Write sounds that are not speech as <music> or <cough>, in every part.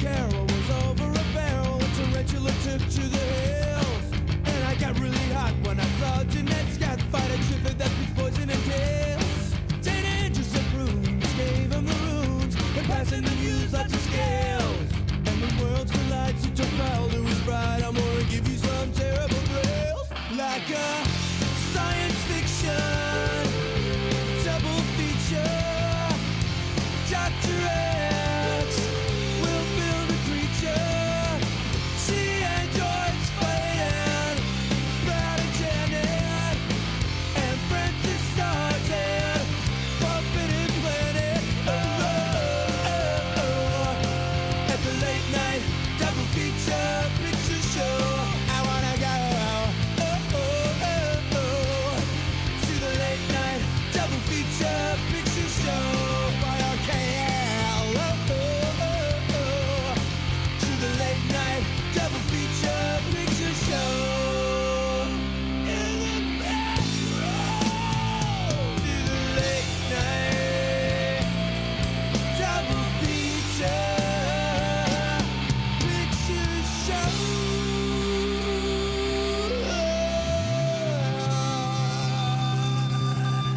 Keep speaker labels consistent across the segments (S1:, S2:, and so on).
S1: Carol was over a barrel. A tarantula took to the hills. And I got really hot when I saw Jeanette Scott fight a chipper that's with poison and tails. St. Andrews and Bruins gave him the runes. And passing the news lots of scales. And the worlds collide, so don't foul to his bride. I'm gonna give you some terrible thrills. Like a science fiction double feature. Dr. X will build a creature. She enjoys fighting. Brad and Janet and Francis Sargent. Puppet and planet. Oh, oh, oh, oh. At the late night double feature picture show. I wanna go. Oh, oh, oh, oh. To the late night double feature picture show by RKL. Oh, oh, oh, oh. To the late night double feature picture show. In the back row. To the late night double feature picture show.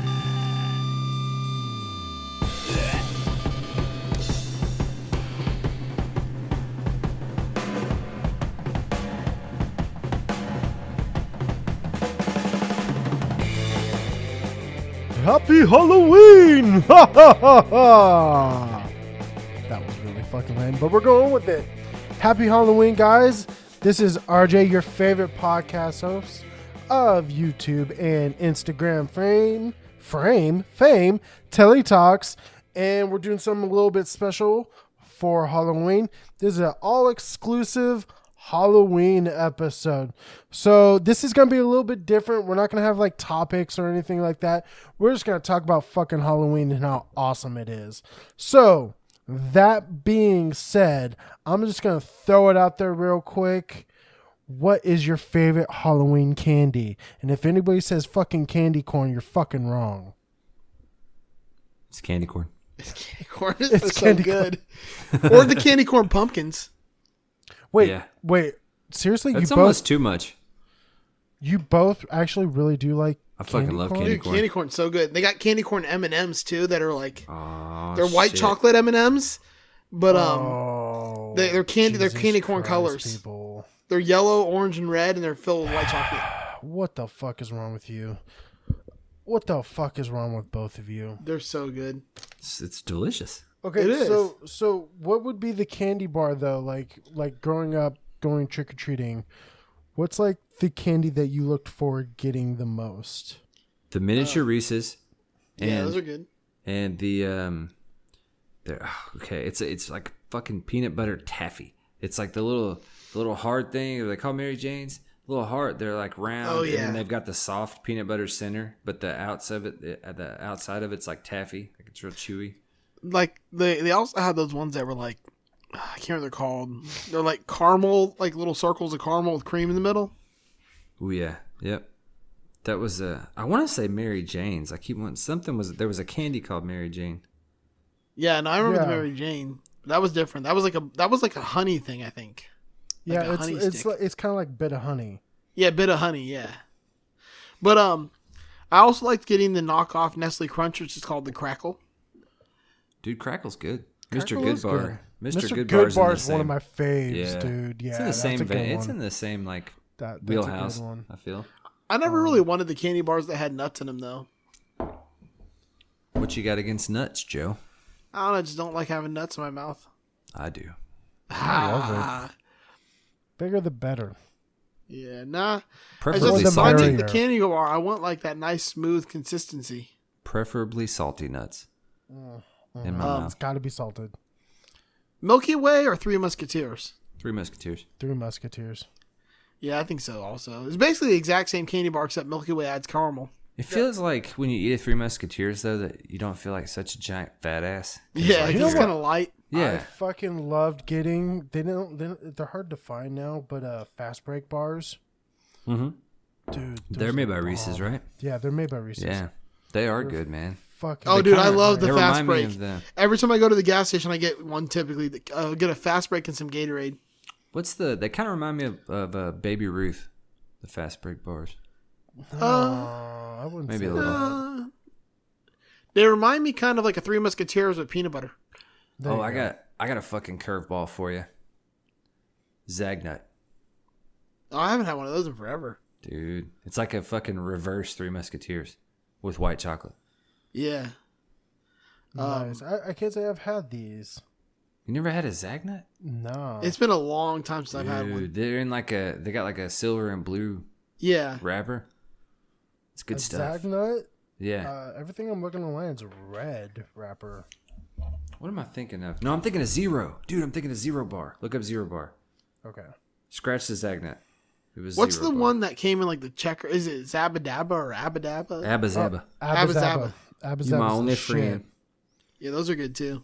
S2: Happy Halloween! <laughs> Ha ha ha ha! That was really fucking lame, but we're going with it. Happy Halloween, guys. This is RJ, your favorite podcast host of YouTube and Instagram fame, frame, fame, teletalks, and we're doing something a little bit special for Halloween. This is an all exclusive Halloween episode. So this is going to be a little bit different. We're not going to have like topics or anything like that. We're just going to talk about fucking Halloween and how awesome it is. So that being said, I'm just going to throw it out there real quick. What is your favorite Halloween candy? And if anybody says fucking candy corn, you're fucking wrong.
S3: It's candy corn.
S4: It's candy corn. It's,
S2: It's
S4: so
S2: candy corn.
S4: good.
S2: <laughs>
S4: or the candy corn pumpkins.
S2: Wait,
S3: Yeah.
S2: wait. Seriously,
S3: That's
S2: you
S3: almost
S2: both
S3: too much.
S2: you both actually really do like
S3: I fucking love candy
S4: Dude,
S3: corn.
S4: candy corn's so good. They got candy corn M and M's too that are like
S3: Oh,
S4: they're white
S3: shit.
S4: chocolate M and M's, but um
S2: Oh,
S4: they- they're candy- they're
S2: Jesus
S4: candy corn
S2: Christ,
S4: colors.
S2: People.
S4: they're yellow, orange, and red, and they're filled with white chocolate.
S2: What the fuck is wrong with you? What the fuck is wrong with both of you?
S4: They're so good.
S3: It's, it's delicious.
S2: Okay,
S4: It is.
S2: so so what would be the candy bar though? Like like growing up, going trick or treating, what's like the candy that you looked forward getting the most?
S3: The miniature Reese's. And,
S4: yeah, those are good.
S3: And the um, they're oh, okay. It's it's like fucking peanut butter taffy. It's like the little the little hard thing. They call Mary Jane's little hard. They're like round.
S4: Oh,
S3: And
S4: yeah.
S3: then they've got the soft peanut butter center, but the outside of it, the, uh, the outside of it's like taffy. Like it's real chewy.
S4: Like they they also had those ones that were like I can't remember what they're called. They're like caramel, like little circles of caramel with cream in the middle.
S3: Oh yeah, yep. That was a. I want to say Mary Jane's. I keep wanting something was there was a candy called Mary Jane.
S4: Yeah, and I remember the
S2: Yeah.
S4: Mary Jane. That was different. That was like a that was like a honey thing, I think.
S2: Yeah,
S4: a
S2: it's
S4: honey
S2: it's
S4: stick.
S2: like, it's kind of like bit of honey.
S4: Yeah, a bit of honey, yeah. But um I also liked getting the knockoff Nestle Crunch, which is called the Crackle.
S3: Dude, Crackle's good.
S2: Crackle
S3: Mr.
S2: is
S3: Goodbar.
S2: good.
S3: Mr. Goodbar
S2: Goodbar's
S3: is in the
S2: one of my
S3: same-
S2: faves,
S3: yeah.
S2: dude. Yeah,
S3: it's in the
S2: that's
S3: same
S2: a good
S3: vein. It's
S2: one.
S3: in the same like
S2: That- that's a good
S3: wheelhouse.
S2: one.
S3: I feel.
S4: I never
S2: Oh.
S4: really wanted the candy bars that had nuts in them though.
S3: What you got against nuts, Joe?
S4: I don't know, I just don't like having nuts in my mouth.
S3: I do.
S4: Ah,
S2: Bigger the better.
S4: yeah, nah. I
S3: Preferably
S2: Preferably
S4: just, so I
S3: salty.
S4: take
S2: marrying
S4: the
S2: her.
S4: candy bar. I want like that nice smooth consistency.
S3: Preferably salty nuts.
S2: Mm,
S3: In my
S2: It's
S3: mouth.
S2: got to be salted.
S4: Milky Way or Three Musketeers?
S3: Three Musketeers.
S2: Three Musketeers.
S4: Yeah, I think so. Also, it's basically the exact same candy bar except Milky Way adds caramel.
S3: It feels like when you eat a Three Musketeers though that you don't feel like such a giant fat ass.
S4: Yeah,
S2: You
S4: it's
S2: know
S4: just
S2: what?
S4: kind of light.
S2: I
S3: Yeah.
S2: fucking loved getting. They don't. They, don't- they're hard to find now, but uh, fast break bars,
S3: Mm-hmm.
S2: dude. those
S3: They're made by
S2: are
S3: Reese's,
S2: bomb.
S3: right?
S2: Yeah, they're made by Reese's.
S3: Yeah. They are good, man.
S2: fucking.
S4: Oh,
S2: they
S4: dude, I
S2: kinda
S4: love
S2: are.
S4: the
S3: They
S4: fast
S3: remind me
S4: break.
S3: of the
S4: Every time I go to the gas station, I get one typically. that- I'll get a fast break and some Gatorade.
S3: what's the? They kind of remind me of, of uh, Baby Ruth, the fast break bars.
S4: Uh,
S2: Uh, I wouldn't
S3: Maybe
S2: say
S3: a little.
S4: uh, they remind me kind of like a Three Musketeers with peanut butter.
S2: There
S3: oh,
S2: you
S3: I
S2: go.
S3: got I got a fucking curveball for you. Zagnut,
S4: Oh, I haven't had one of those in forever.
S3: dude, it's like a fucking reverse Three Musketeers with white chocolate.
S4: Yeah. Um,
S2: Nice. I, I can't say I've had these.
S3: You never had a Zagnut,
S2: No.
S4: It's been a long time since I've had one.
S3: dude? They're in like a they got like a silver and blue
S4: Yeah.
S3: wrapper. It's good
S2: a
S3: stuff.
S2: Zagnut.
S3: Yeah.
S2: Uh, everything I'm looking online is a red wrapper.
S3: what am I thinking of? No, I'm thinking of zero, dude. I'm thinking of zero bar. Look up zero bar.
S2: Okay.
S3: Scratch the Zagnut. It was.
S4: What's
S3: Zero
S4: the
S3: Bar.
S4: one that came in like the checker? Is it Zabadaba or Abadaba?
S3: Abba Zabba.
S2: Abba Zabba.
S4: Abba
S2: Abba
S3: you
S4: Zabba.
S3: my
S2: Zabba's the
S3: only
S2: shit.
S3: friend.
S4: yeah, those are good too.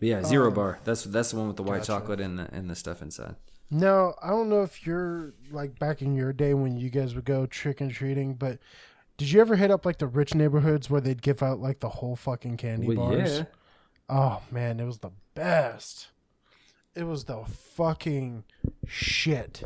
S3: But yeah, zero
S2: Um,
S3: bar. That's that's the one with the white
S2: gotcha.
S3: chocolate and the and the stuff inside.
S2: Now, I don't know if you're like back in your day when you guys would go trick and treating, but did you ever hit up like the rich neighborhoods where they'd give out like the whole fucking candy
S3: Well,
S2: bars?
S3: yeah.
S2: Oh man, it was the best. It was the fucking shit.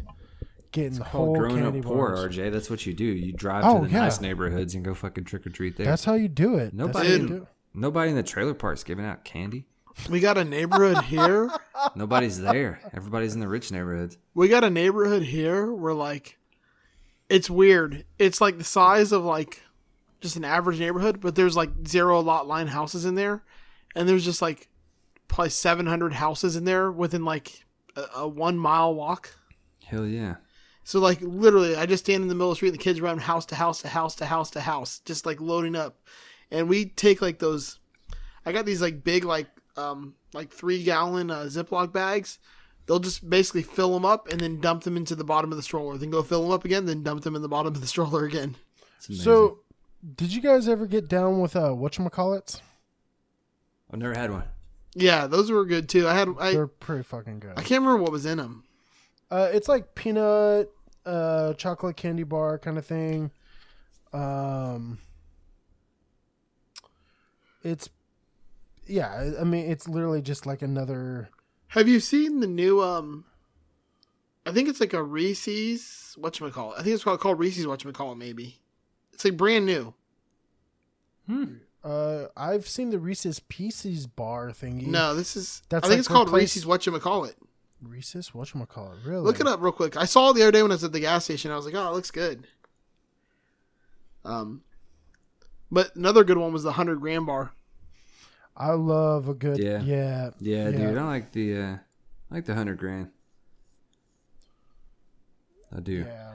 S2: Getting the
S3: Called
S2: whole
S3: growing
S2: candy
S3: up poor,
S2: bars.
S3: RJ. That's what you do. You drive
S2: Oh,
S3: to the
S2: yeah.
S3: nice neighborhoods and go fucking trick or treat there.
S2: That's how you do it. That's how
S3: Nobody-
S2: you do it.
S3: Nobody in the trailer park's giving out candy.
S4: We got a neighborhood
S3: <laughs>
S4: here.
S3: Nobody's there. Everybody's in the rich neighborhoods.
S4: We got a neighborhood here where like it's weird. It's like the size of like just an average neighborhood, but there's like zero lot line houses in there, and there's just like probably 700 houses in there within like a, a one mile walk.
S3: Hell yeah.
S4: So like literally, I just stand in the middle of the street and the kids run house to house to house to house to house, just like loading up. And we take like those. I got these like big like um like three gallon uh, Ziploc bags. They'll just basically fill them up and then dump them into the bottom of the stroller. Then go fill them up again, then dump them in the bottom of the <laughs> stroller again.
S3: It's amazing.
S2: So, did you guys ever get down with uh, whatchamacallits?
S3: I've never had one.
S4: Yeah, those were good too. I had I
S2: They're pretty fucking
S4: I
S2: good.
S4: can't remember what was in them.
S2: Uh, it's like peanut, uh, chocolate candy bar kind of thing. Um, it's, yeah, I- I mean, it's literally just like another.
S4: Have you seen the new um? I think it's like a Reese's. Whatchamacallit? I think it's called, called Reese's Whatchamacallit, maybe. It's like brand new.
S2: Uh, I've seen the Reese's Pieces bar thingy.
S4: No, this is.
S2: That's
S4: I think
S2: like
S4: it's called
S2: replace-
S4: Reese's. What you call it?
S2: Reese's whatchamacallit, really?
S4: Look it up real quick. I saw it the other day when I was at the gas station. I was like, oh, it looks good. Um, but another good one was the hundred gram bar.
S2: I love a good.
S3: Yeah.
S2: Yeah. Yeah,
S3: Yeah, dude. I like the uh I like the hundred grand. I do.
S2: Yeah.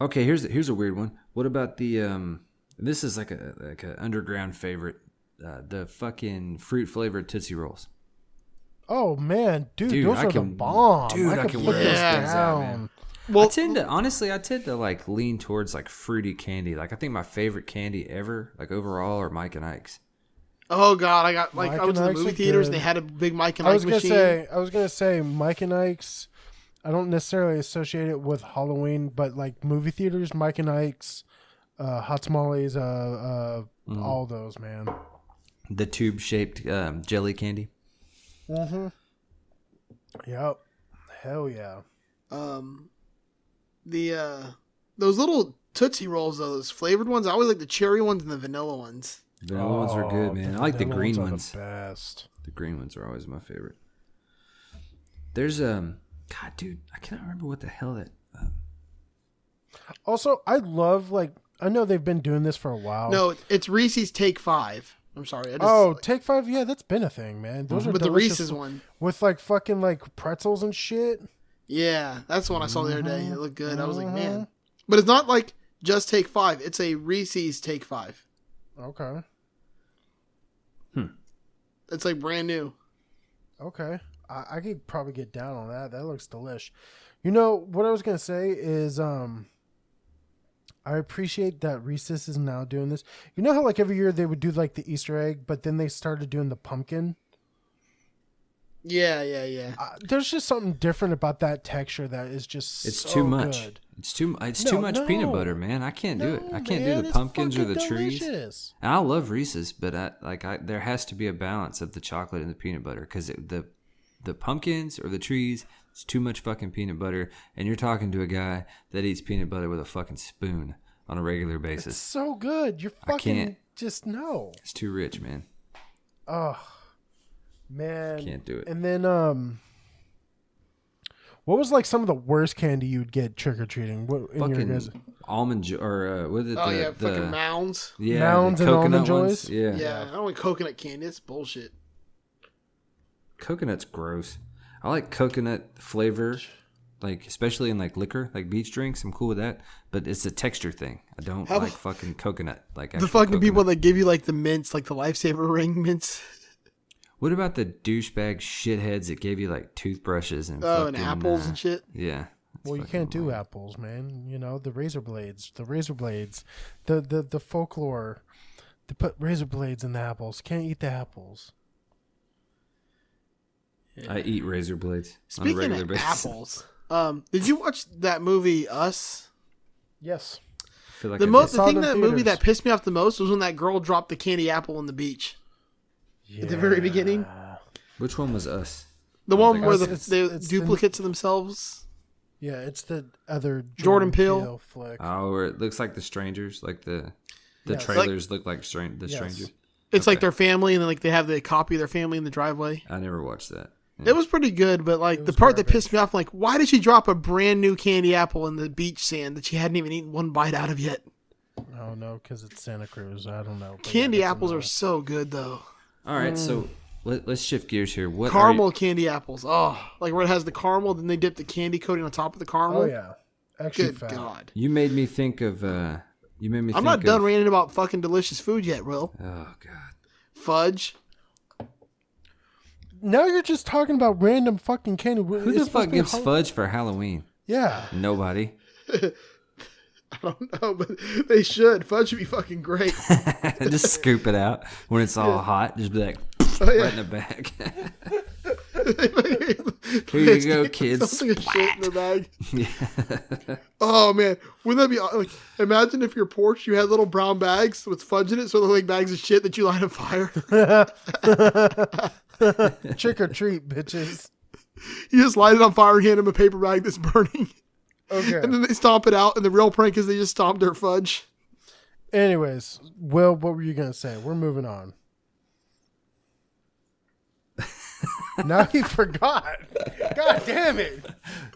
S3: Okay, here's here's a weird one. What about the um? This is like a like an underground favorite. Uh, the fucking fruit flavored tootsie rolls.
S2: Oh man, dude,
S3: Dude,
S2: those
S3: I
S2: are the
S3: can-
S2: bomb.
S3: dude, I
S2: I
S3: can
S2: can
S3: wear
S2: put those
S4: those things
S3: out, man.
S2: down.
S3: I
S4: Well,
S3: tend to honestly, I tend to like lean towards like fruity candy. Like I think my favorite candy ever, like overall, are Mike and Ike's.
S4: oh god, I got like
S2: Mike
S4: I went to
S2: and
S4: the
S2: Ike's
S4: movie
S2: are
S4: theaters.
S2: good.
S4: and They had a big Mike and
S2: I was
S4: Ike
S2: gonna
S4: machine.
S2: say, I was gonna say, Mike and Ike's. I don't necessarily associate it with Halloween, but like movie theaters, Mike and Ike's, uh, hot tamales, uh, uh,
S3: Mm-hmm.
S2: all those, man.
S3: The tube shaped um, jelly candy.
S4: Mm-hmm.
S2: Yep. Hell yeah.
S4: um, the uh, those little tootsie rolls, though, those flavored ones. I always like the cherry ones and the vanilla ones.
S3: The vanilla ones are
S2: Oh,
S3: good, man. I like the
S2: vanilla
S3: green
S2: are
S3: ones.
S2: The best.
S3: The green ones are always my favorite. There's um, God, dude, I cannot remember what the hell that. Uh,
S2: Also, I love like I know they've been doing this for a while.
S4: No, it's Reese's Take Five. I'm sorry. I just, Mm-hmm.
S2: Oh, Take Five, yeah, that's been a thing, man. Those are
S4: but the
S2: delicious
S4: Reese's one.
S2: with like fucking like pretzels and shit.
S4: Yeah, that's the one I saw the other day. It looked good. I was like, man. But it's not like just take five. It's a Reese's take five.
S2: Okay,
S4: It's like brand new.
S2: okay, I, I could probably get down on that. That looks delish. You know what I was gonna say is, um, I appreciate that Reese's is now doing this. You know how like every year they would do like the Easter egg, but then they started doing the pumpkin.
S4: Yeah, yeah, yeah.
S2: Uh, there's just something different about that texture that is just
S3: It's
S2: so
S3: too much.
S2: good.
S3: It's too it's
S2: No,
S3: too much peanut
S2: no.
S3: butter, man. I can't do it.
S2: No,
S3: I can't
S2: man,
S3: do the
S2: it's
S3: pumpkins or
S2: fucking
S3: the trees.
S2: delicious.
S3: And I love Reese's, but I like I there has to be a balance of the chocolate and the peanut butter because the the pumpkins or the trees it's too much fucking peanut butter, and you're talking to a guy that eats peanut butter with a fucking spoon on a regular
S2: It's
S3: basis.
S2: so good. You're
S3: I
S2: fucking
S3: can't.
S2: just no.
S3: It's too rich, man.
S2: Oh man,
S3: Can't do it.
S2: And then um, what was like some of the worst candy you'd get trick or treating? What in your guys?
S3: Fucking almond jo- or uh, what is it?
S4: Oh
S3: the,
S4: yeah,
S3: the,
S4: fucking mounds.
S3: yeah,
S2: Mounds
S3: the
S2: and Almond
S3: coconut ones.
S2: Joys?
S3: Yeah.
S4: Yeah, I don't like coconut candy. It's bullshit.
S3: coconut's gross. I like coconut flavor, like especially in like liquor, like beach drinks. I'm cool with that, but it's a texture thing. I don't
S4: How-
S3: like fucking coconut. Like
S4: the
S3: actual
S4: fucking people
S3: coconut.
S4: that give you like the mints, like the lifesaver <laughs> ring mints.
S3: What about the douchebag shitheads that gave you like toothbrushes and
S4: Oh, and
S3: fucking,
S4: apples
S3: uh,
S4: and shit.
S3: Yeah. that's
S2: Well, you
S3: fucking
S2: can't do
S3: lame.
S2: apples, man. You know the razor blades, the razor blades, the the the folklore. They put razor blades in the apples. Can't eat the apples.
S3: I eat razor blades on a
S4: Speaking
S3: regular
S4: of
S3: basis.
S4: apples, um, did you watch that movie Us?
S2: Yes.
S3: <laughs> I feel like
S4: The
S3: I
S4: most,
S3: did.
S4: the
S2: Saw
S4: thing
S2: it in
S4: that movie
S2: theaters.
S4: that pissed me off the most was when that girl dropped the candy apple in the beach at the very beginning.
S3: Which one was us?
S4: The
S3: don't
S4: one
S3: think
S4: where
S3: I've
S4: the,
S2: seen
S4: the
S2: it. It's- it's in-
S4: duplicates of themselves.
S2: Yeah, it's the other
S4: Jordan Peele.
S2: flick.
S3: Oh, or it looks like the strangers, like the the
S2: Yes. Like-
S3: trailers look like stran- the
S2: Yes.
S3: strangers.
S4: It's like their family, and then like they have the copy of their family in the driveway.
S3: I never watched that. Yeah.
S4: It was pretty good, but like the
S2: was
S4: part that
S2: garbage.
S4: pissed me off, like why did she drop a brand new candy apple in the beach sand that she hadn't even eaten one bite out of yet?
S2: Oh no, because it's Santa Cruz. I don't know. but yeah,
S4: Candy
S2: that's
S4: apples are
S2: another-
S4: so good though.
S3: All right, so let, let's shift gears here. What are you-
S4: Mm. Caramel candy apples. Oh, like where it has the caramel, then they dip the candy coating on top of the caramel.
S2: Oh yeah, actually,
S4: Good
S2: fat.
S4: God.
S3: You made me think of. uh You made me.
S4: I'm
S3: think
S4: not done
S3: Of,
S4: ranting about fucking delicious food yet, Will.
S3: oh God.
S4: Fudge.
S2: Now you're just talking about random fucking candy.
S3: Who the fuck gives fudge for Halloween?
S4: <laughs>
S2: Yeah,
S3: Nobody.
S4: <laughs>
S3: <laughs>
S4: I don't know, but they should. Fudge should be
S3: <laughs>
S4: fucking great.
S3: just scoop it out when it's all hot. Just be like,
S4: Oh, yeah.
S3: right in the back. <laughs> Here you go, kids.
S4: Something of shit in the bag.
S3: <laughs> Yeah.
S4: Oh man, wouldn't that be aw- like? Imagine if your porch you had little brown bags with fudge in it, so they're like bags of shit that you light on fire. <laughs>
S2: trick or treat, bitches.
S4: you just light it on fire and hand them a paper bag that's burning, <laughs> and
S2: Okay.
S4: then they stomp it out. And the real prank is they just stomp their fudge.
S2: Anyways, Will, what were you gonna say? We're moving on.
S4: <laughs>
S2: now he forgot. God damn it!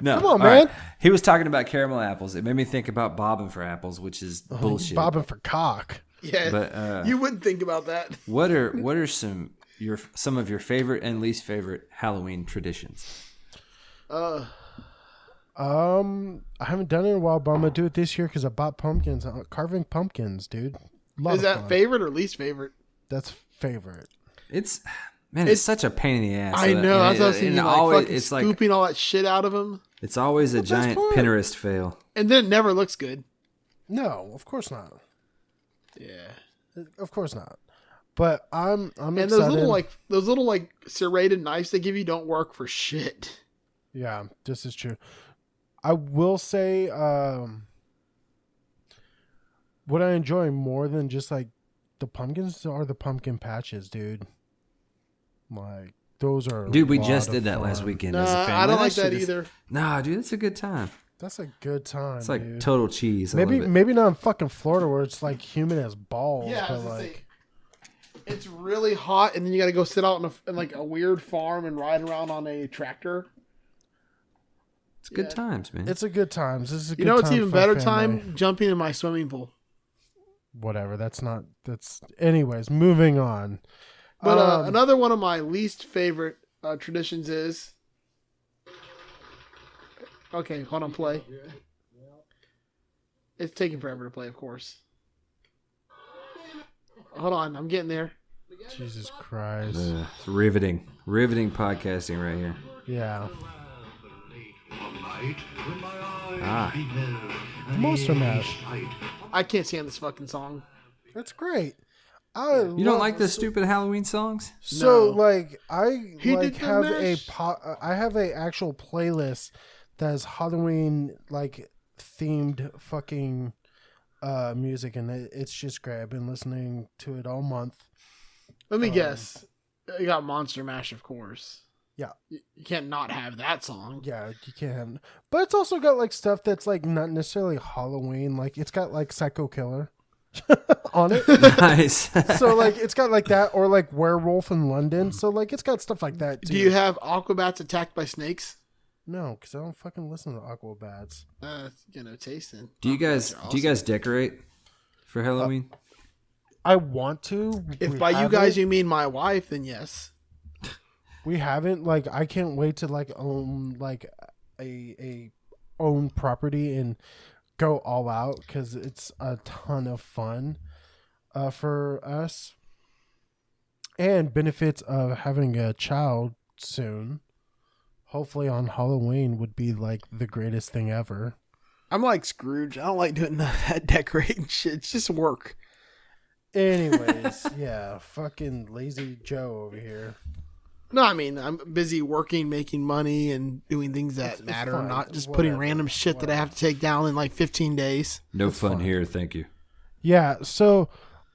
S3: No,
S2: Come on,
S3: all right.
S2: man.
S3: He was talking about caramel apples. It made me think about bobbing for apples, which is bullshit.
S2: Bobbing for cock.
S4: Yeah,
S3: But, uh,
S4: you wouldn't think about that.
S3: What are what are some your some of your favorite and least favorite Halloween traditions?
S4: Uh,
S2: Um, I haven't done it in a while, but I'm gonna do it this year because I bought pumpkins. Uh, Carving pumpkins, dude. Lot
S4: Uh, is
S2: of
S4: that
S2: fun.
S4: favorite or least favorite?
S2: That's favorite.
S3: It's man, it's, such a pain in the ass.
S4: I
S3: And-
S4: know.
S3: and
S4: That's what I was
S3: it-
S4: thinking.
S3: and
S4: Like,
S3: always-
S4: fucking
S3: it's like
S4: scooping all that shit out of them,
S3: it's always a
S2: best
S3: giant
S2: part.
S3: Pinterest fail.
S4: and then it never looks good.
S2: No, of course not.
S4: Yeah.
S2: Of course not. But I'm I'm
S4: And
S2: excited.
S4: those little like those little like serrated knives they give you don't work for shit.
S2: yeah, this is true. I will say um what I enjoy more than just like the pumpkins are the pumpkin patches, dude. Like those are a
S3: Dude, we
S2: lot
S3: just
S2: of
S3: did that last
S2: fun.
S3: weekend
S4: Nah,
S3: as a family.
S4: I don't like
S3: shit
S4: that
S3: is-
S4: either.
S3: Nah, dude, it's a good time.
S2: That's a good time.
S3: It's like
S2: dude.
S3: total cheese. I
S2: maybe
S3: love it.
S2: maybe not in fucking Florida where it's like humid as balls,
S4: Yeah, I
S2: but
S4: was gonna say,
S2: like
S4: it's really hot, and then you got to go sit out in, a, in like a weird farm and ride around on a tractor.
S3: it's good
S4: yeah.
S3: times, man.
S2: it's a good times. This is a good
S4: You know, it's
S2: time
S4: even
S2: for our
S4: better
S2: family.
S4: time jumping in my swimming pool.
S2: Whatever. That's not that's anyways, moving on.
S4: But uh,
S2: Um,
S4: another one of my least favorite uh, traditions is. Okay, hold on, play. It's taking forever to play, of course. Hold on, I'm getting there.
S2: Jesus Christ.
S3: Uh, it's riveting, riveting podcasting right here.
S2: Yeah.
S3: Ah,
S2: Monster Mash.
S4: I can't stand this fucking song.
S2: That's great. I
S3: You
S2: love-
S3: don't like the stupid Halloween
S4: <laughs>
S3: songs?
S2: So
S4: No.
S2: like I
S4: He
S2: like
S4: did the
S2: have a
S4: mash.
S2: po- I have a actual playlist that is Halloween like themed fucking uh music and it, it's just great. I've been listening to it all month.
S4: Let me
S2: Um,
S4: guess. You got Monster Mash, of course.
S2: Yeah.
S4: You, you can't not have that song.
S2: Yeah, you can't have But it's also got like stuff that's like not necessarily Halloween. Like it's got like Psycho Killer <laughs> on
S3: <laughs>
S2: it.
S3: nice.
S2: so like it's got like that or like Werewolf in London. So like it's got stuff like that too.
S4: Do you have Aquabats attacked by snakes?
S2: No, because I don't fucking listen to Aquabats.
S4: Uh, you know, tasting.
S3: do you guys do you guys decorate
S4: Uh,
S3: for Halloween?
S2: I want to.
S4: If
S2: we
S4: by you
S2: haven't.
S4: guys you mean my wife, then yes.
S2: we haven't, like, I can't wait to like own like a a own property and go all out because it's a ton of fun uh, for us. And benefits of having a child soon, hopefully on Halloween, would be like the greatest thing ever.
S4: I'm like Scrooge. I don't like doing none of that <laughs> decorating shit. It's just work.
S2: Anyways, <laughs> yeah, fucking lazy Joe over here.
S4: No, I mean I'm busy working, making money, and doing things that
S2: It's- it's
S4: matter.
S2: fine.
S4: Not just putting
S2: Whatever.
S4: random shit that I have to take down in like 15 days.
S3: No fun here, thank you.
S2: Yeah, so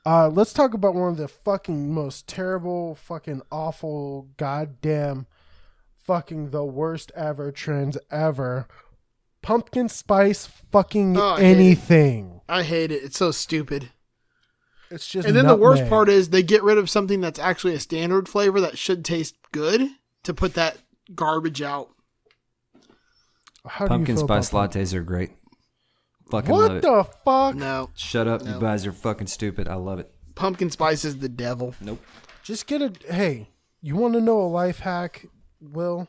S2: uh, let's talk about one of the fucking most terrible, fucking awful, goddamn, fucking the worst ever trends ever. Pumpkin spice fucking
S4: Oh, I hate it.
S2: anything.
S4: I hate it. It's so stupid.
S2: It's just
S4: And then the worst
S2: nutmeg.
S4: part is they get rid of something that's actually a standard flavor that should taste good to put that garbage out.
S2: How do you
S3: Pumpkin
S2: feel
S3: spice
S2: about
S3: lattes are great.
S2: that?
S3: Fucking love
S2: What
S3: it.
S2: the fuck?
S4: No,
S3: Shut up,
S4: No.
S3: you guys are fucking stupid. I love it.
S4: pumpkin spice is the devil.
S3: Nope.
S2: Just get a hey, you want to know a life hack, Will?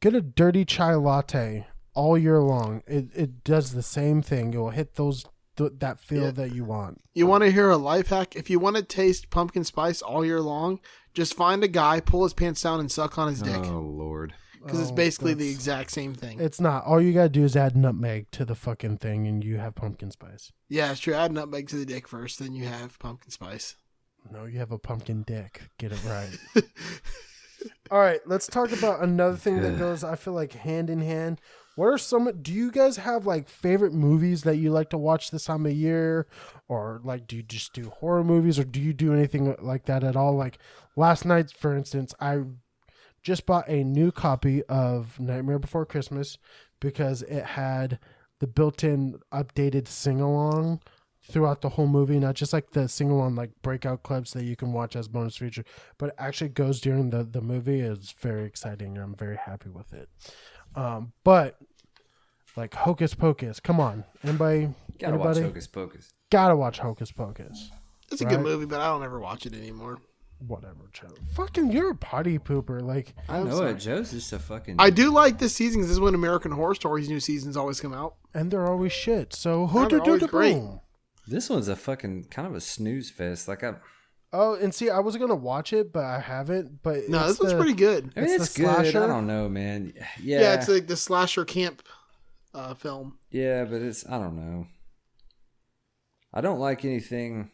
S2: Get a dirty chai latte all year long. It it does the same thing. It will hit those th- that feel
S4: Yeah.
S2: that you want.
S4: You want to hear a life hack? If you want to taste pumpkin spice all year long, just find a guy, pull his pants down, and suck on his dick.
S3: Oh lord.
S4: Because it's
S2: Oh,
S4: basically the
S2: that's-
S4: exact same thing.
S2: It's not. All you gotta do is add nutmeg to the fucking thing, and you have pumpkin spice.
S4: yeah, sure. Add nutmeg to the dick first, then you have pumpkin spice.
S2: No, you have a pumpkin dick. Get it right. all right, let's talk about another thing that goes. I feel like hand in hand. What are some? Do you guys have like favorite movies that you like to watch this time of year, or like do you just do horror movies, or do you do anything like that at all? Like last night, for instance, I just bought a new copy of Nightmare Before Christmas because it had the built-in updated sing-along throughout the whole movie, not just like the sing-along like breakout clips that you can watch as bonus feature, but it actually goes during the the movie. It's very exciting. and I'm very happy with it. Um, but like Hocus Pocus, come on, anybody,
S3: Gotta
S2: anybody,
S3: watch Hocus Pocus.
S2: gotta watch Hocus Pocus.
S4: It's a
S2: Right.
S4: good movie, but I don't ever watch it anymore.
S2: Whatever, Joe. Fucking, you're a potty pooper. Like,
S3: I
S4: I'm
S3: know
S4: sorry.
S3: it. Joe's just a fucking.
S4: I do like this season. 'cause This is when American Horror Stories new seasons always come out.
S2: and they're always shit. So
S4: they're
S2: who do do
S4: always
S2: the
S4: great.
S2: boom?
S3: This one's a fucking kind of a snooze fest. Like I, I
S2: Oh, and see, I was gonna watch it, but I haven't. But
S4: No,
S2: it's
S4: this one's
S2: the-
S4: pretty good.
S3: mean,
S2: It's
S3: it's,
S2: the
S3: good.
S2: slasher?
S3: I don't know, man. Yeah,
S4: Yeah, it's like the slasher camp uh, film.
S3: yeah, but it's I don't know. I don't like anything.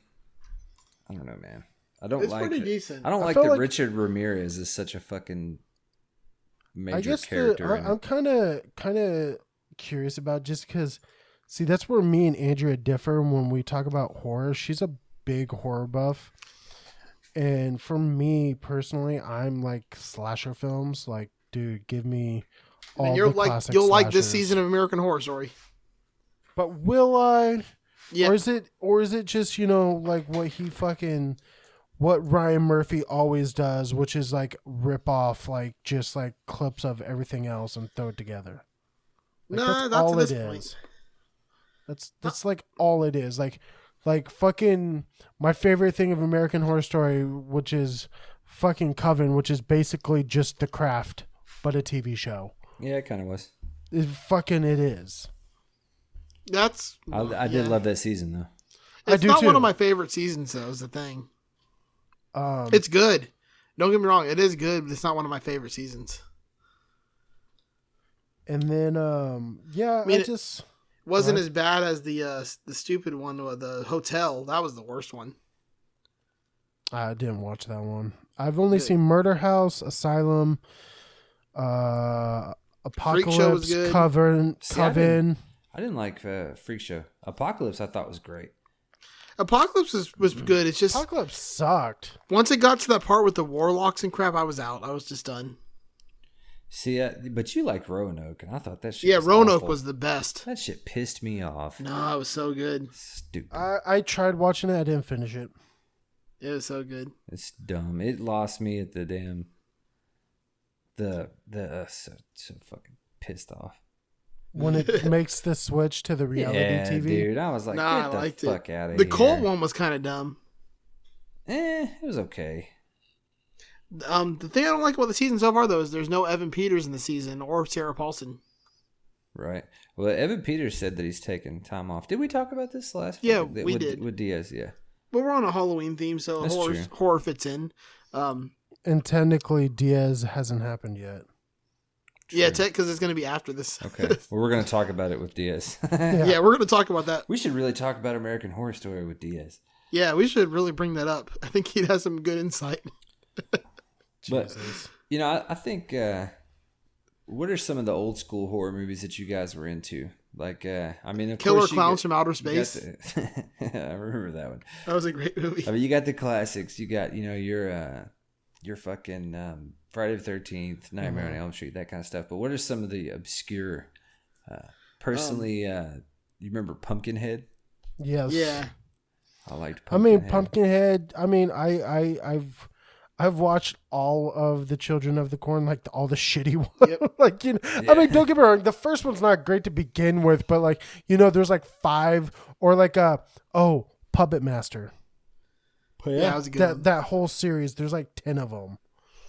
S3: I don't know, man. I don't
S4: It's
S3: like.
S4: pretty
S3: it.
S4: decent.
S3: I don't
S2: I
S3: like
S2: felt
S3: that
S2: like-
S3: Richard Ramirez is such a fucking major
S2: I guess the,
S3: character. in
S2: I,
S3: it.
S2: I'm kind of kind of curious about just because. See, that's where me and Andrea differ when we talk about horror. She's a big horror buff, and for me personally, I'm like slasher films. Like, dude, give me all
S4: And you're
S2: the
S4: like
S2: classic
S4: you'll like this
S2: slashers.
S4: season of American Horror Story.
S2: But will I?
S4: Yeah,
S2: Or is it or is it just, you know, like what he fucking what Ryan Murphy always does, which is like rip off like just like clips of everything else and throw it together. Like,
S4: nah,
S2: that's
S4: not
S2: all
S4: to this
S2: it
S4: point.
S2: is. That's that's like all it is. Like like fucking my favorite thing of American Horror Story, which is fucking Coven, which is basically just the craft, but a TV show.
S3: yeah, it kind of was.
S2: It, fucking it is.
S4: That's
S3: I, I did
S4: yeah.
S3: love that season though.
S2: I
S4: It's
S2: do
S4: not
S2: too.
S4: one of my favorite seasons though. Is the thing.
S2: Um,
S4: It's good. Don't get me wrong. It is good, but it's not one of my favorite seasons.
S2: and then um yeah, I,
S4: mean, it-
S2: just
S4: Wasn't
S2: Right.
S3: Uh-huh.
S4: as bad as the uh, the stupid one or the hotel. That was the worst one.
S2: I didn't watch that one. I've only seen Murder House, Asylum, uh,
S4: Freak
S2: Apocalypse,
S4: Show was good.
S2: Coven,
S3: See, I
S2: Coven.
S3: I didn't like uh, Freak Show. Apocalypse, I thought was great.
S4: Apocalypse was,
S3: Hmm.
S4: was good. It's just
S2: Apocalypse sucked.
S4: once it got to that part with the warlocks and crap, I was out. I was just done.
S3: See, uh, but you like Roanoke, and I thought that shit.
S4: Yeah,
S3: was
S4: Roanoke
S3: awful.
S4: was the best.
S3: That shit pissed me off.
S4: No, it was so good.
S3: Stupid.
S2: I, I tried watching it. I didn't finish it.
S4: It was so good.
S3: It's dumb. It lost me at the damn. The the uh, so, so fucking pissed off.
S2: When it
S4: <laughs>
S2: makes the switch to the reality
S3: yeah,
S2: TV.
S3: dude. I was like,
S4: nah,
S3: get
S4: I
S3: the
S4: liked
S3: fuck
S4: it.
S3: out of
S4: the
S3: here.
S4: Colt one was kind of dumb.
S3: Eh, it was okay.
S4: Um, the thing I don't like about the season so far though is there's no Evan Peters in the season or Sarah Paulson.
S3: Right. Well, Evan Peters said that he's taking time off. Did we talk about this last?
S4: Yeah,
S3: fucking-
S4: we
S3: with,
S4: did.
S3: with Diaz.
S4: <laughs>
S3: Yeah.
S4: But we're on a Halloween theme, so
S3: That's
S4: horror,
S3: true.
S4: horror fits in. Um,
S2: And technically, Diaz hasn't happened yet.
S4: yeah, because it's going to be after this.
S3: Okay. well, we're gonna talk about it with Diaz. <laughs>
S4: Eh. yeah. we're going to talk about that.
S3: we should really talk about American Horror Story with Diaz.
S4: Yeah, we should really bring that up. I think he has some good insight. <laughs>
S3: But you know, I, I think uh, what are some of the old school horror movies that you guys were into? Like, uh, I mean, of
S4: Killer
S3: course you got-
S4: Clowns from Outer
S3: you got
S4: Space.
S3: the- <laughs> I remember that one.
S4: That was a great movie.
S3: I mean, you got the classics. You got you know your uh, your fucking um, Friday the Thirteenth, Nightmare
S4: Mm-hmm.
S3: on Elm Street, that kind of stuff. But what are some of the obscure? Uh, personally,
S4: Um,
S3: uh, you remember Pumpkinhead?
S2: Yes.
S4: Yeah.
S3: I liked.
S2: I mean,
S3: Pumpkinhead.
S2: Pumpkinhead. I mean, I, I, I've, I've watched all of the Children of the Corn, like the, all the <laughs> shitty ones. like you, know, I mean, don't get me wrong. The first one's not great to begin with, but like you know, there's like five or like a oh Puppet Master.
S4: yeah, that was a good.
S2: That
S4: one.
S2: that whole series. There's like ten of them.